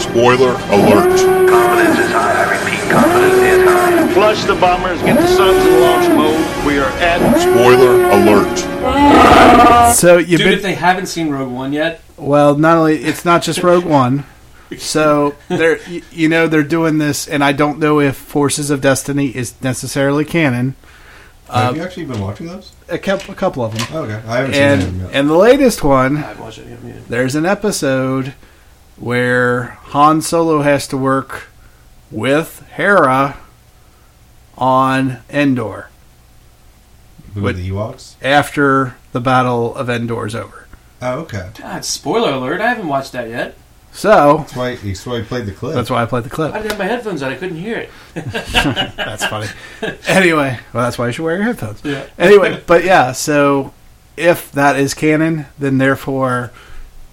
Speaker 4: Spoiler alert.
Speaker 2: Confidence is high. I repeat, confidence is high.
Speaker 5: Flush the bombers, get the subs in launch mode. We are at.
Speaker 4: Spoiler alert.
Speaker 9: So you've
Speaker 10: dude, if
Speaker 9: been
Speaker 10: they haven't seen Rogue One yet,
Speaker 9: well. Not only it's not just Rogue One. So they're y- you know they're doing this, and I don't know if Forces of Destiny is necessarily canon. Um,
Speaker 11: Have you actually been watching those?
Speaker 9: A couple, a couple of them.
Speaker 11: Oh, okay, I haven't seen
Speaker 9: and
Speaker 11: them yet.
Speaker 9: and the latest one,
Speaker 10: I've watched it. I haven't yet.
Speaker 9: there's an episode where Han Solo has to work with Hera on Endor
Speaker 11: With
Speaker 9: what-
Speaker 11: the Ewoks.
Speaker 9: after the Battle of Endor is over.
Speaker 11: Oh, okay.
Speaker 10: God, spoiler alert! I haven't watched that yet.
Speaker 9: So
Speaker 11: That's why. That's why he played the clip.
Speaker 9: that's why I played the clip.
Speaker 10: I didn't have my headphones on; I couldn't hear it.
Speaker 9: That's funny. anyway, well, that's why you should wear your headphones.
Speaker 10: Yeah.
Speaker 9: Anyway, but yeah, so if that is canon, then therefore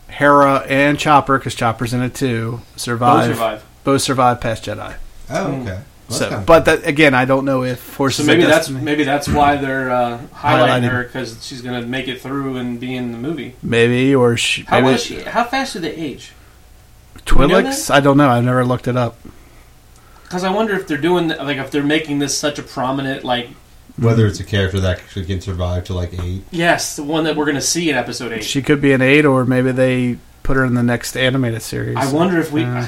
Speaker 9: Hera and Chopper, because Chopper's in it too, survive.
Speaker 10: survive.
Speaker 9: Both survive past Jedi.
Speaker 11: Oh, okay. Well, that's
Speaker 9: So,
Speaker 11: kinda
Speaker 9: but that again, I don't know if
Speaker 10: So
Speaker 9: Forces.
Speaker 10: maybe
Speaker 9: of
Speaker 10: that's
Speaker 9: Destiny-
Speaker 10: maybe that's why they're uh, highlighting
Speaker 9: Highlighted.
Speaker 10: her because she's going to make it through and be in the movie.
Speaker 9: maybe or she,
Speaker 10: How
Speaker 9: maybe
Speaker 10: was she? How fast did they age? know
Speaker 9: Twi'leks. I don't know. I've never looked it up.
Speaker 10: Because I wonder if they're doing like if they're making this such a prominent like
Speaker 11: whether it's a character that actually can survive to like eight.
Speaker 10: yes the one that we're going to see in episode eight.
Speaker 9: She could be an eight, or maybe they put her in the next animated series.
Speaker 10: I wonder if we.
Speaker 9: Uh,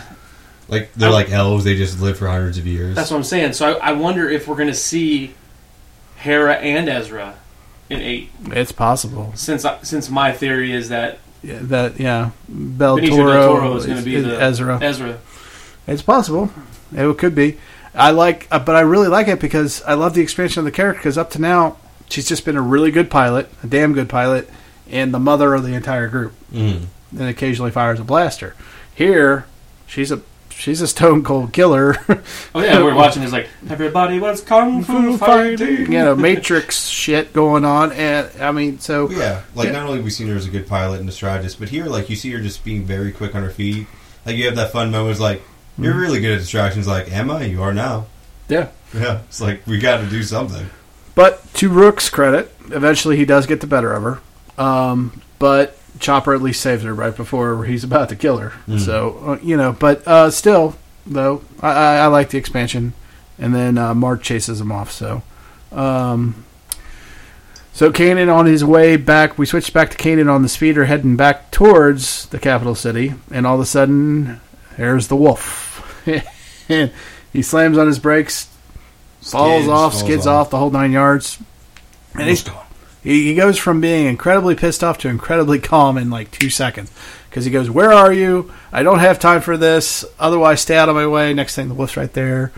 Speaker 11: Like they're
Speaker 10: I-
Speaker 11: like elves; they just live for hundreds of years.
Speaker 10: That's what I'm saying. So I, I wonder if we're going to see Hera and Ezra in eight,
Speaker 9: it's possible.
Speaker 10: since I, since my theory is that
Speaker 9: Yeah, that yeah, Bel
Speaker 10: Benicio del
Speaker 9: Toro,
Speaker 10: Toro is going to be
Speaker 9: is-
Speaker 10: the
Speaker 9: Ezra.
Speaker 10: Ezra.
Speaker 9: It's possible. It could be. I like, uh, but I really like it because I love the expansion of the character. Because up to now, she's just been a really good pilot, a damn good pilot, and the mother of the entire group.
Speaker 11: Mm.
Speaker 9: and occasionally fires a blaster. Here, she's a she's a stone cold killer.
Speaker 10: Oh yeah, we're watching. It's like everybody was kung fu
Speaker 9: you
Speaker 10: fighting.
Speaker 9: know, Matrix shit going on, and I mean, so
Speaker 11: Yeah, like not only have we seen her as a good pilot and a strategist, but here, like you see her just being very quick on her feet. Like you have that fun moment, it's like you're
Speaker 10: Mm.
Speaker 11: really good at distractions. Like Emma, you are now.
Speaker 9: yeah.
Speaker 11: Yeah, it's like we got to do something.
Speaker 9: But to Rook's credit, eventually he does get the better of her. Um, but Chopper at least saves her right before he's about to kill her.
Speaker 11: Hmm.
Speaker 9: So uh, you know, but uh, still, though, I, I, I like the expansion. And then uh, Mark chases him off. So, um, so Kanan on his way back. We switched back to Kanan on the speeder, heading back towards the capital city. And all of a sudden, there's the wolf. he slams on his brakes, falls
Speaker 11: Skids,
Speaker 9: off,
Speaker 11: falls
Speaker 9: skids
Speaker 11: off.
Speaker 9: off the whole nine yards. And he's, he he goes from being incredibly pissed off to incredibly calm in like two seconds because he goes, "Where are you? I don't have time for this. Otherwise, stay out of my way." Next thing, the wolf's right there.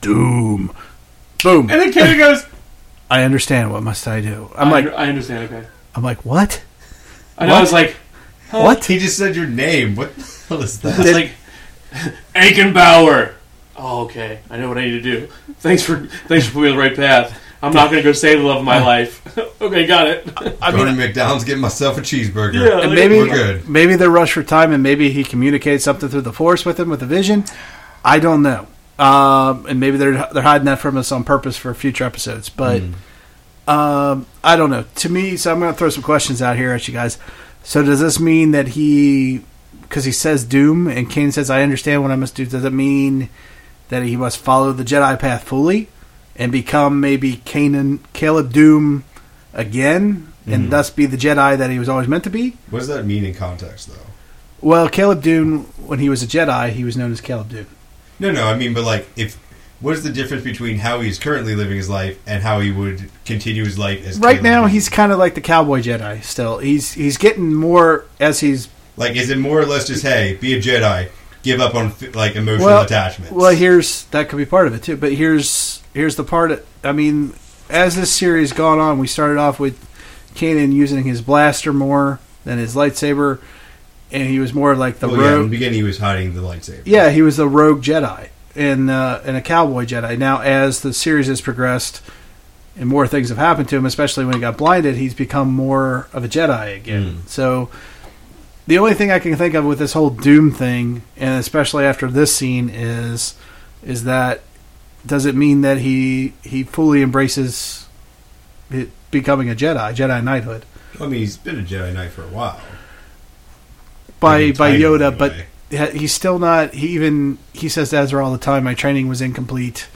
Speaker 9: Doom, boom.
Speaker 10: And then Katie goes,
Speaker 9: I understand. What must I do? I'm
Speaker 10: "I'm
Speaker 9: like,
Speaker 10: like, I understand, okay."
Speaker 9: I'm like, what?
Speaker 10: And I was like,
Speaker 9: What?
Speaker 11: He just said your name. What the hell is that?
Speaker 10: It's like Eichenbauer. Oh, okay. I know what I need to do. Thanks for thanks for putting me on the right path. I'm not gonna go save the love of my life. okay, got it.
Speaker 11: I Going to McDonald's, getting myself a cheeseburger.
Speaker 10: Yeah,
Speaker 9: And
Speaker 10: like-
Speaker 9: maybe,
Speaker 11: We're good.
Speaker 9: maybe they're rushed for time, and maybe he communicates something through the force with him with a vision. I don't know. Um, and maybe they're they're hiding that from us on purpose for future episodes. But
Speaker 11: Hmm.
Speaker 9: um, I don't know. To me, so I'm going to throw some questions out here at you guys. So does this mean that he, because he says doom, and Kane says I understand what I must do. Does it mean that he must follow the Jedi path fully and become maybe Kanan, Caleb Doom again,
Speaker 11: Hmm.
Speaker 9: and thus be the Jedi that he was always meant to be?
Speaker 11: What does that mean in context, though?
Speaker 9: Well, Caleb Dune, when he was a Jedi, he was known as Caleb Dune.
Speaker 11: No, no. I mean, but like, if what is the difference between how he's currently living his life and how he would continue his life as
Speaker 9: Right
Speaker 11: Caleb
Speaker 9: now,
Speaker 11: Dune?
Speaker 9: he's kind of like the cowboy Jedi. Still, he's he's getting more as he's
Speaker 11: like, is it more or less just hey, be a Jedi, give up on fi- like emotional
Speaker 9: well.
Speaker 11: attachments?
Speaker 9: Well, here's that could be part of it too. But here's here's the part. I mean, as this series gone on, we started off with Kanan using his blaster more than his lightsaber, and he was more like the
Speaker 11: Well, Oh, yeah, in the
Speaker 9: rogue.
Speaker 11: beginning, he was hiding the lightsaber.
Speaker 9: Yeah, he was the rogue Jedi and uh, and a cowboy Jedi. Now, as the series has progressed and more things have happened to him, especially when he got blinded, he's become more of a Jedi again. So, the only thing I can think of with this whole Doom thing, and especially after this scene, is is that does it mean that he he fully embraces it becoming a Jedi, Jedi knighthood
Speaker 11: I mean, he's been a Jedi Knight for a while.
Speaker 9: by
Speaker 11: Maybe
Speaker 9: by
Speaker 11: tied
Speaker 9: Yoda,
Speaker 11: in a
Speaker 9: but
Speaker 11: way.
Speaker 9: he- he's still not. He even he says to Ezra all the time, "My training was incomplete."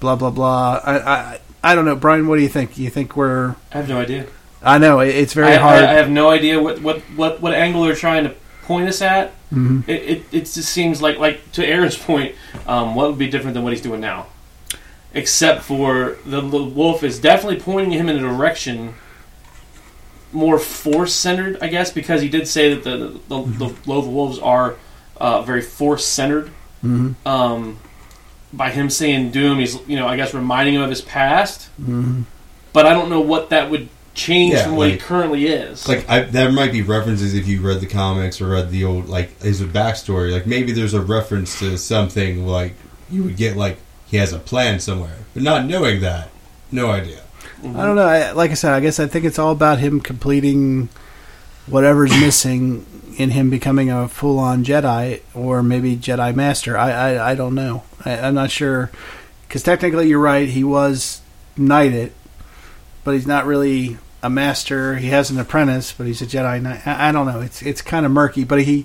Speaker 9: Blah blah blah. I, I I don't know, Brian. What do you think? You think we're?
Speaker 10: I have no idea.
Speaker 9: I know it, it's very
Speaker 10: I,
Speaker 9: hard.
Speaker 10: I, I have no idea what, what, what, what angle they're trying to point us at.
Speaker 9: Mm-hmm.
Speaker 10: It, it, it just seems like, like to Aaron's point, um, what would be different than what he's doing now? Except for the, the wolf is definitely pointing him in a direction more force centered, I guess, because he did say that the the, the,
Speaker 9: Mm-hmm.
Speaker 10: the Love Wolves are uh, very force centered.
Speaker 9: Mm-hmm.
Speaker 10: Um, by him saying Doom, he's you know I guess reminding him of his past,
Speaker 9: Mm-hmm.
Speaker 10: but I don't know what that would change
Speaker 11: Yeah,
Speaker 10: from what he
Speaker 11: like-
Speaker 10: currently is.
Speaker 11: Like I, there might be references if you read the comics or read the old like his backstory. Like maybe there's a reference to something like you would get like he has a plan somewhere, but not knowing that, no idea.
Speaker 9: I don't know. I, like I said, I guess I think it's all about him completing whatever's missing in him becoming a full-on Jedi or maybe Jedi Master. I I, I don't know. I, I'm not sure because technically you're right. He was knighted, but he's not really a master. He has an apprentice, but he's a Jedi Knight. I, I don't know. It's it's kind of murky, but he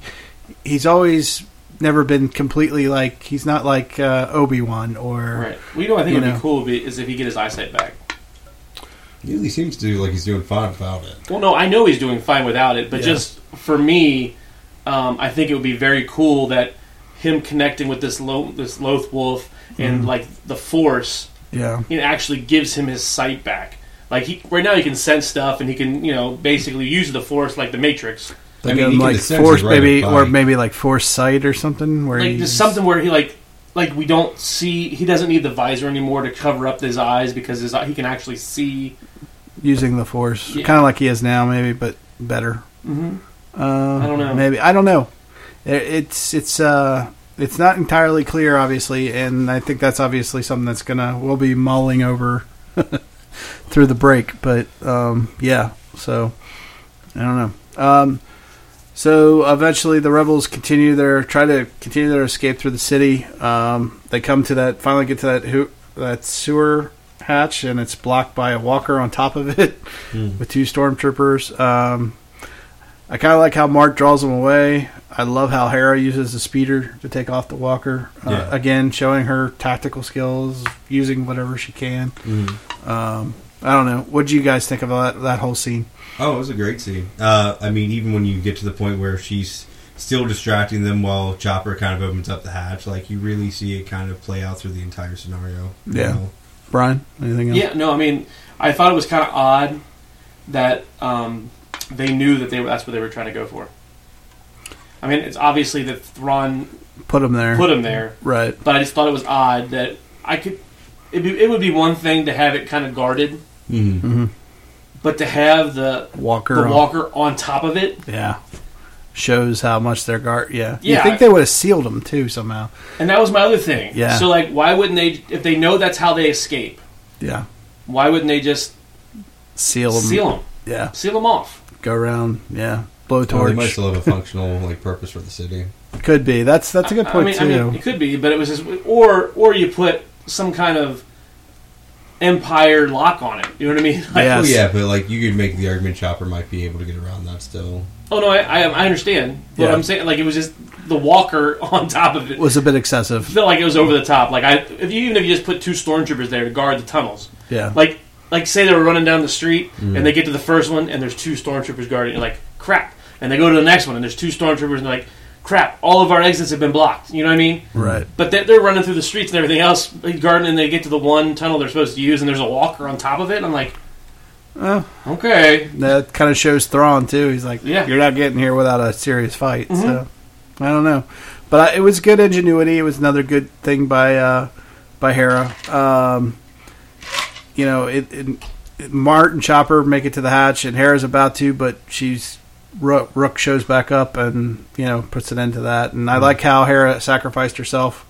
Speaker 9: he's always never been completely like he's not like uh, Obi Wan or
Speaker 10: Right. Well, you know, what I think
Speaker 9: You
Speaker 10: would
Speaker 9: know.
Speaker 10: be cool would be, is if he get his eyesight back.
Speaker 11: He really seems to do like he's doing fine without it.
Speaker 10: Well, no, I know he's doing fine without it, but just for me, um, I think it would be very cool that him connecting with this lo- this Loth Wolf
Speaker 9: Mm-hmm.
Speaker 10: and like the Force,
Speaker 9: yeah.
Speaker 10: it actually gives him his sight back. Like he right now, he can sense stuff and he can you know basically use the Force like the Matrix,
Speaker 11: I
Speaker 9: Like,
Speaker 11: mean,
Speaker 9: um,
Speaker 11: he can
Speaker 9: like
Speaker 11: essentially
Speaker 9: force,
Speaker 11: write a
Speaker 9: maybe, or
Speaker 11: bike.
Speaker 9: maybe like force sight or something. Where
Speaker 10: like
Speaker 9: he's,
Speaker 10: just something where he like like we don't see he doesn't need the visor anymore to cover up his eyes because his eye- he can actually see.
Speaker 9: using the force,
Speaker 10: Yeah.
Speaker 9: kind of like he is now, maybe, but better.
Speaker 10: Mhm.
Speaker 9: Uh,
Speaker 10: I don't know.
Speaker 9: Maybe I don't know. It- It's it's uh, it's not entirely clear, obviously, and I think that's obviously something that's gonna we'll be mulling over through the break. But um, yeah, so I don't know. Um, so eventually, the rebels continue their try to continue their escape through the city. Um, they come to that finally get to that hoo- that sewer hatch, and it's blocked by a walker on top of it with two stormtroopers. Um, I kind of like how Mark draws them away. I love how Hera uses the speeder to take off the walker. Uh,
Speaker 11: Yeah.
Speaker 9: Again, showing her tactical skills, using whatever she can. Um, I don't know. What do you guys think of that, that whole scene?
Speaker 11: Oh, it was a great scene. Uh, I mean, even when you get to the point where she's still distracting them while Chopper kind of opens up the hatch, like you really see it kind of play out through the entire scenario. you
Speaker 9: Yeah.
Speaker 11: know?
Speaker 9: Brian, anything else?
Speaker 10: Yeah, no, I mean, I thought it was kind of odd that um, they knew that they that's what they were trying to go for. I mean, it's obviously that Thrawn
Speaker 9: Put him there.
Speaker 10: put him there,
Speaker 9: Right.
Speaker 10: but I just thought it was odd that I could. It'd be, it would be one thing to have it kind of guarded,
Speaker 11: Mhm.
Speaker 10: but to have the
Speaker 9: Walker.
Speaker 10: the
Speaker 9: on-
Speaker 10: walker on top of it,
Speaker 9: Yeah. Shows how much they're guard. Yeah. You
Speaker 10: Yeah.
Speaker 9: think they would have sealed him too somehow?
Speaker 10: and that was my other thing.
Speaker 9: Yeah.
Speaker 10: So like, why wouldn't they? If they know that's how they escape,
Speaker 9: Yeah.
Speaker 10: why wouldn't they just
Speaker 9: Seal him.
Speaker 10: seal them,
Speaker 9: Yeah.
Speaker 10: seal them off?
Speaker 9: Go around. Yeah.
Speaker 11: Well, they might
Speaker 9: Blowtorch.
Speaker 11: still have a functional like purpose for the city.
Speaker 9: Could be. That's that's a good
Speaker 10: I-
Speaker 9: point
Speaker 10: I mean,
Speaker 9: too.
Speaker 10: I mean, it could be, but it was just, or or you put some kind of empire lock on it. You know what I mean? Like,
Speaker 9: Yeah.
Speaker 11: Oh
Speaker 9: Yes.
Speaker 11: yeah, but like you could make the argument Chopper might be able to get around that still.
Speaker 10: Oh no, I I, I understand. But
Speaker 9: Yeah.
Speaker 10: I'm saying like it was just the walker on top of it.
Speaker 9: was a bit
Speaker 10: I
Speaker 9: excessive.
Speaker 10: felt like it was over the top. Like I, if you, even if you just put two stormtroopers there to guard the tunnels,
Speaker 9: Yeah. Mm-hmm.
Speaker 10: like like say they were running down the street and they get to the first one and there's two stormtroopers guarding. You're like crap, and they go to the next one and there's two stormtroopers and they're like crap. All of our exits have been blocked. You know what I mean?
Speaker 9: right.
Speaker 10: But they- they're running through the streets and everything else, garden, and they get to the one tunnel they're supposed to use, and there's a walker on top of it. And I'm like,
Speaker 9: Oh.
Speaker 10: okay,
Speaker 9: That kind of shows Thrawn too. He's like,
Speaker 10: Yeah.
Speaker 9: you're not getting here without a serious fight. So I don't know, but I, it was good ingenuity. It was another good thing by uh, by Hera. Um, you know, it, it, it Mart and Chopper make it to the hatch, and Hera's about to, but she's Rook, Rook shows back up and you know puts an end to that. And I like how Hera sacrificed herself,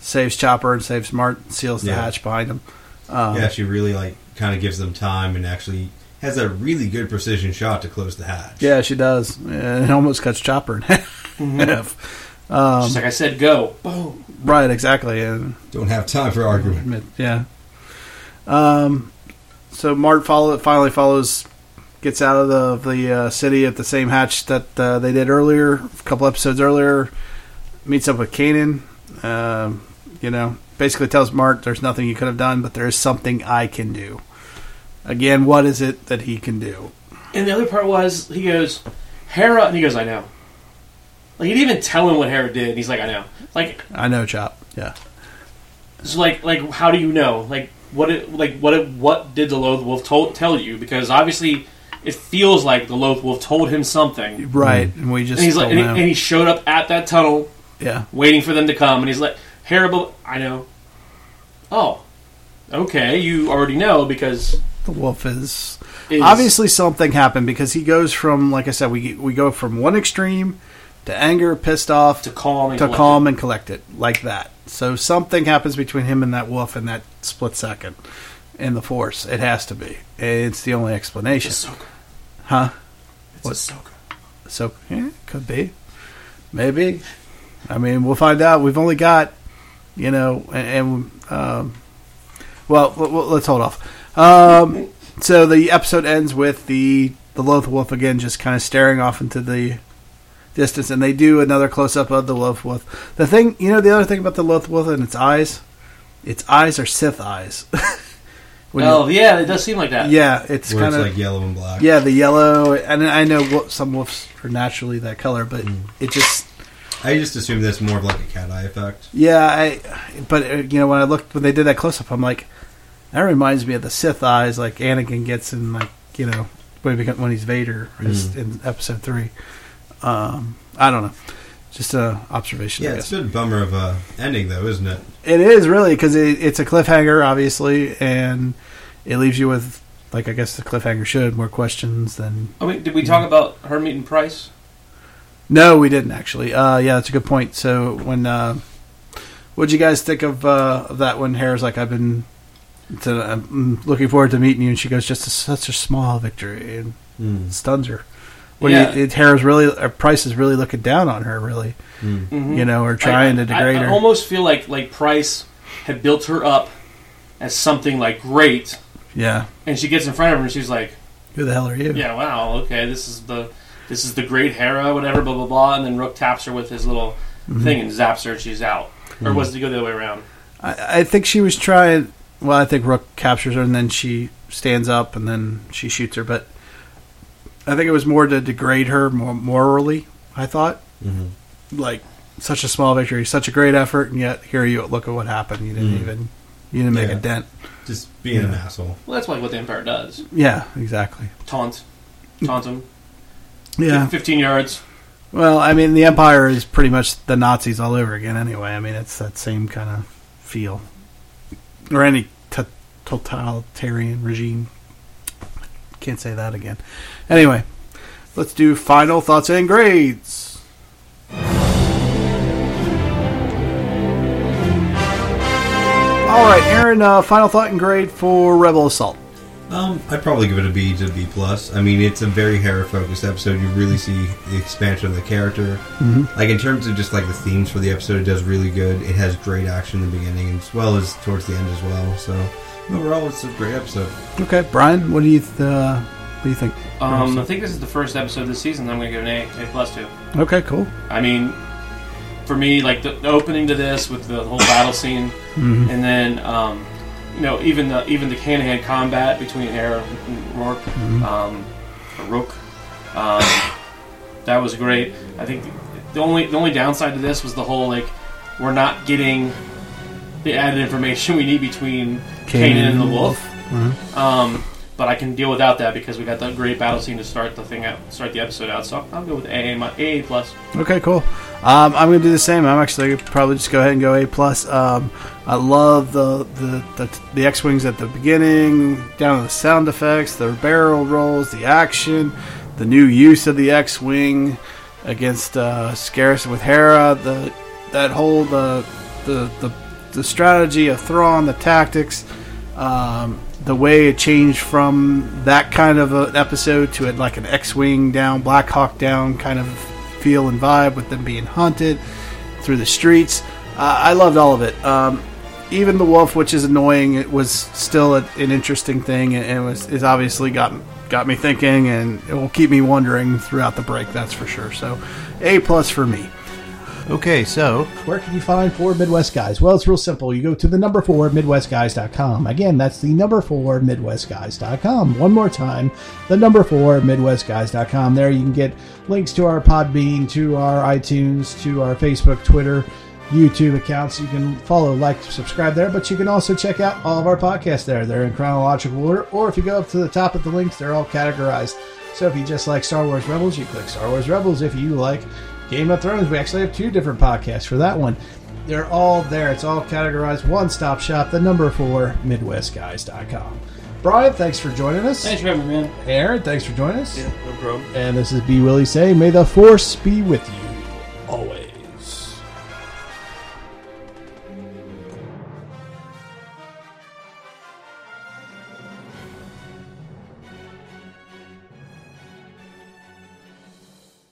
Speaker 9: saves Chopper and saves Mart, and seals the
Speaker 11: Yeah.
Speaker 9: hatch behind him. Uh-huh.
Speaker 11: yeah, she really like kind of gives them time and actually has a really good precision shot to close the hatch.
Speaker 9: Yeah, she does. And it almost cuts Chopper in half. Um.
Speaker 10: she's like I said, go boom.
Speaker 9: Right, exactly. And
Speaker 11: Don't have time for argument.
Speaker 9: admit, yeah. Um, so Mart follow, finally follows, gets out of the, of the uh, city at the same hatch that uh, they did earlier, a couple episodes earlier. Meets up with Kanan. Um, you know, basically tells Mart there's nothing you could have done, but there is something I can do. Again, what is it that he can do?
Speaker 10: And the other part was he goes, Hera, and he goes, I know. Like he didn't even tell him what Hera did. and He's like, I know. Like
Speaker 9: I know, Chop. Yeah.
Speaker 10: so, like like how do you know? Like what it like what it, what did the Loath Wolf told, tell you? Because obviously, it feels like the Loath Wolf told him something.
Speaker 9: Right. And we just
Speaker 10: And he's
Speaker 9: don't
Speaker 10: like, and he,
Speaker 9: know.
Speaker 10: and he showed up at that tunnel
Speaker 9: yeah.
Speaker 10: waiting for them to come, and he's like, Haribo, I know. Oh, okay, you already know because
Speaker 9: The wolf is
Speaker 10: is-
Speaker 9: obviously something happened because he goes from like I said we we go from one extreme to anger, pissed off
Speaker 10: to calm and
Speaker 9: to
Speaker 10: collect-
Speaker 9: calm and collected like that. So something happens between him and that wolf in that split second in the force. It has to be. It's the only explanation.
Speaker 10: Ahsoka.
Speaker 9: Huh?
Speaker 10: It's
Speaker 9: What?
Speaker 10: Ahsoka.
Speaker 9: So yeah, could be, maybe. I mean, we'll find out. We've only got, you know, and, and um, well, w- w- let's hold off. Um, so the episode ends with the the Loth Wolf again, just kind of staring off into the distance, and they do another close up of the Loth Wolf. The thing, you know, the other thing about the Loth Wolf and its eyes, its eyes are Sith eyes. When you-
Speaker 10: Oh yeah, it does seem like that.
Speaker 9: yeah, it's
Speaker 11: Where
Speaker 9: kind
Speaker 11: it's
Speaker 9: of
Speaker 11: like yellow and black.
Speaker 9: yeah, the yellow, and I know wo- some wolves are naturally that color, but it just
Speaker 11: I just assume that's more of like a cat eye effect.
Speaker 9: yeah. I but uh, you know when I looked when they did that close up, I'm like, that reminds me of the Sith eyes like Anakin gets in like you know when he become, when he's Vader is in Episode Three. Um, I don't know, just a observation.
Speaker 11: Yeah,
Speaker 9: I
Speaker 11: it's
Speaker 9: guess.
Speaker 11: a bit bummer of a ending though, isn't it?
Speaker 9: It is really because it, it's a cliffhanger, obviously, and it leaves you with like I guess the cliffhanger should more questions than
Speaker 10: I mean, did we talk about her meeting Price?
Speaker 9: No, we didn't actually. Uh, yeah, that's a good point. So when uh, what'd you guys think of, uh, of that one? Harris like I've been to, I'm looking forward to meeting you, and she goes just a, such a small victory and
Speaker 10: Hmm.
Speaker 9: stuns her. What do
Speaker 10: Yeah.
Speaker 9: you, it, Harris really uh, Price is really looking down on her, really, you know, or trying to
Speaker 10: Mm-hmm. Hmm. I-
Speaker 9: degrade
Speaker 10: I, I
Speaker 9: her.
Speaker 10: almost feel like like Price had built her up as something like great,
Speaker 9: yeah,
Speaker 10: and she gets in front of her and she's like,
Speaker 9: who the hell are you?
Speaker 10: "Yeah, wow, okay, this is the this is the great Hera, whatever, blah blah blah." And then Rook taps her with his little thing and zaps her, and she's out. Or was it go the other way around?
Speaker 9: I, I think she was trying. Well, I think Rook captures her, and then she stands up, and then she shoots her. But I think it was more to degrade her more morally. I thought, like, such a small victory, such a great effort, and yet here you look at what happened. You didn't even you didn't make
Speaker 11: Yeah.
Speaker 9: a dent.
Speaker 11: Just being an asshole.
Speaker 10: Well, that's like what the Empire does:
Speaker 9: Yeah, exactly.
Speaker 10: taunt, taunt him,
Speaker 9: Yeah.
Speaker 10: fifteen yards.
Speaker 9: Well, I mean, the Empire is pretty much the Nazis all over again. Anyway, I mean, it's that same kind of feel, or any t- totalitarian regime. Can't say that again. Anyway, let's do final thoughts and grades. All right, Aaron. Uh, final thought and grade for Rebel Assault.
Speaker 11: Um, I'd probably give it a B to B plus. I mean, it's a very Hera focused episode. You really see the expansion of the character.
Speaker 9: Mm-hmm.
Speaker 11: Like in terms of just like the themes for the episode, it does really good. It has great action in the beginning as well as towards the end as well. So overall, it's a great episode.
Speaker 9: Okay, Brian. What do you th- uh, what do you think?
Speaker 10: Um, I think this is the first episode of this season. I'm going to give an A, A plus two.
Speaker 9: Okay, cool.
Speaker 10: I mean, for me, like the, the opening to this with the whole battle scene, and then um, you know even the even the hand to hand combat between Hera and Rourke, um, or Rook, um, that was great. I think the only the only downside to this was the whole like we're not getting the added information we need between Kanan, and the Wolf. Um, but I can deal without that because we got that great battle scene to start the thing out, start the episode out. So I'll go with A, my A plus.
Speaker 9: Okay, cool. Um, I'm gonna do the same. I'm actually gonna probably just go ahead and go A plus. Um, I love the the, the the X wings at the beginning, down to the sound effects, the barrel rolls, the action, the new use of the X wing against uh, Scarce with Hera. The that whole the the the, the strategy of Thrawn, the tactics. Um, the way it changed from that kind of an episode to it like an X-wing down, Black Hawk down kind of feel and vibe with them being hunted through the streets. Uh, I loved all of it. Um, even the wolf, which is annoying, it was still a, an interesting thing, and it was is obviously got got me thinking, and it will keep me wondering throughout the break. That's for sure. So, a plus for me.
Speaker 1: Okay, so where can you find Four Midwest Guys? Well, it's real simple. You go to the number four MidwestGuys.com. Again, that's the number four MidwestGuys.com. One more time, the number four MidwestGuys.com. There you can get links to our Podbean, to our iTunes, to our Facebook, Twitter, YouTube accounts. You can follow, like, subscribe there, but you can also check out all of our podcasts there. They're in chronological order, or if you go up to the top of the links, they're all categorized. So if you just like Star Wars Rebels, you click Star Wars Rebels. If you like Game of Thrones, we actually have two different podcasts for that one. They're all there. It's all categorized. One stop shop, the number four, MidwestGuys.com. Brian, thanks for joining us.
Speaker 10: Thanks for having me, man.
Speaker 1: Aaron, thanks for joining us.
Speaker 10: No problem.
Speaker 1: And this is B. Willie saying, may the force be with you.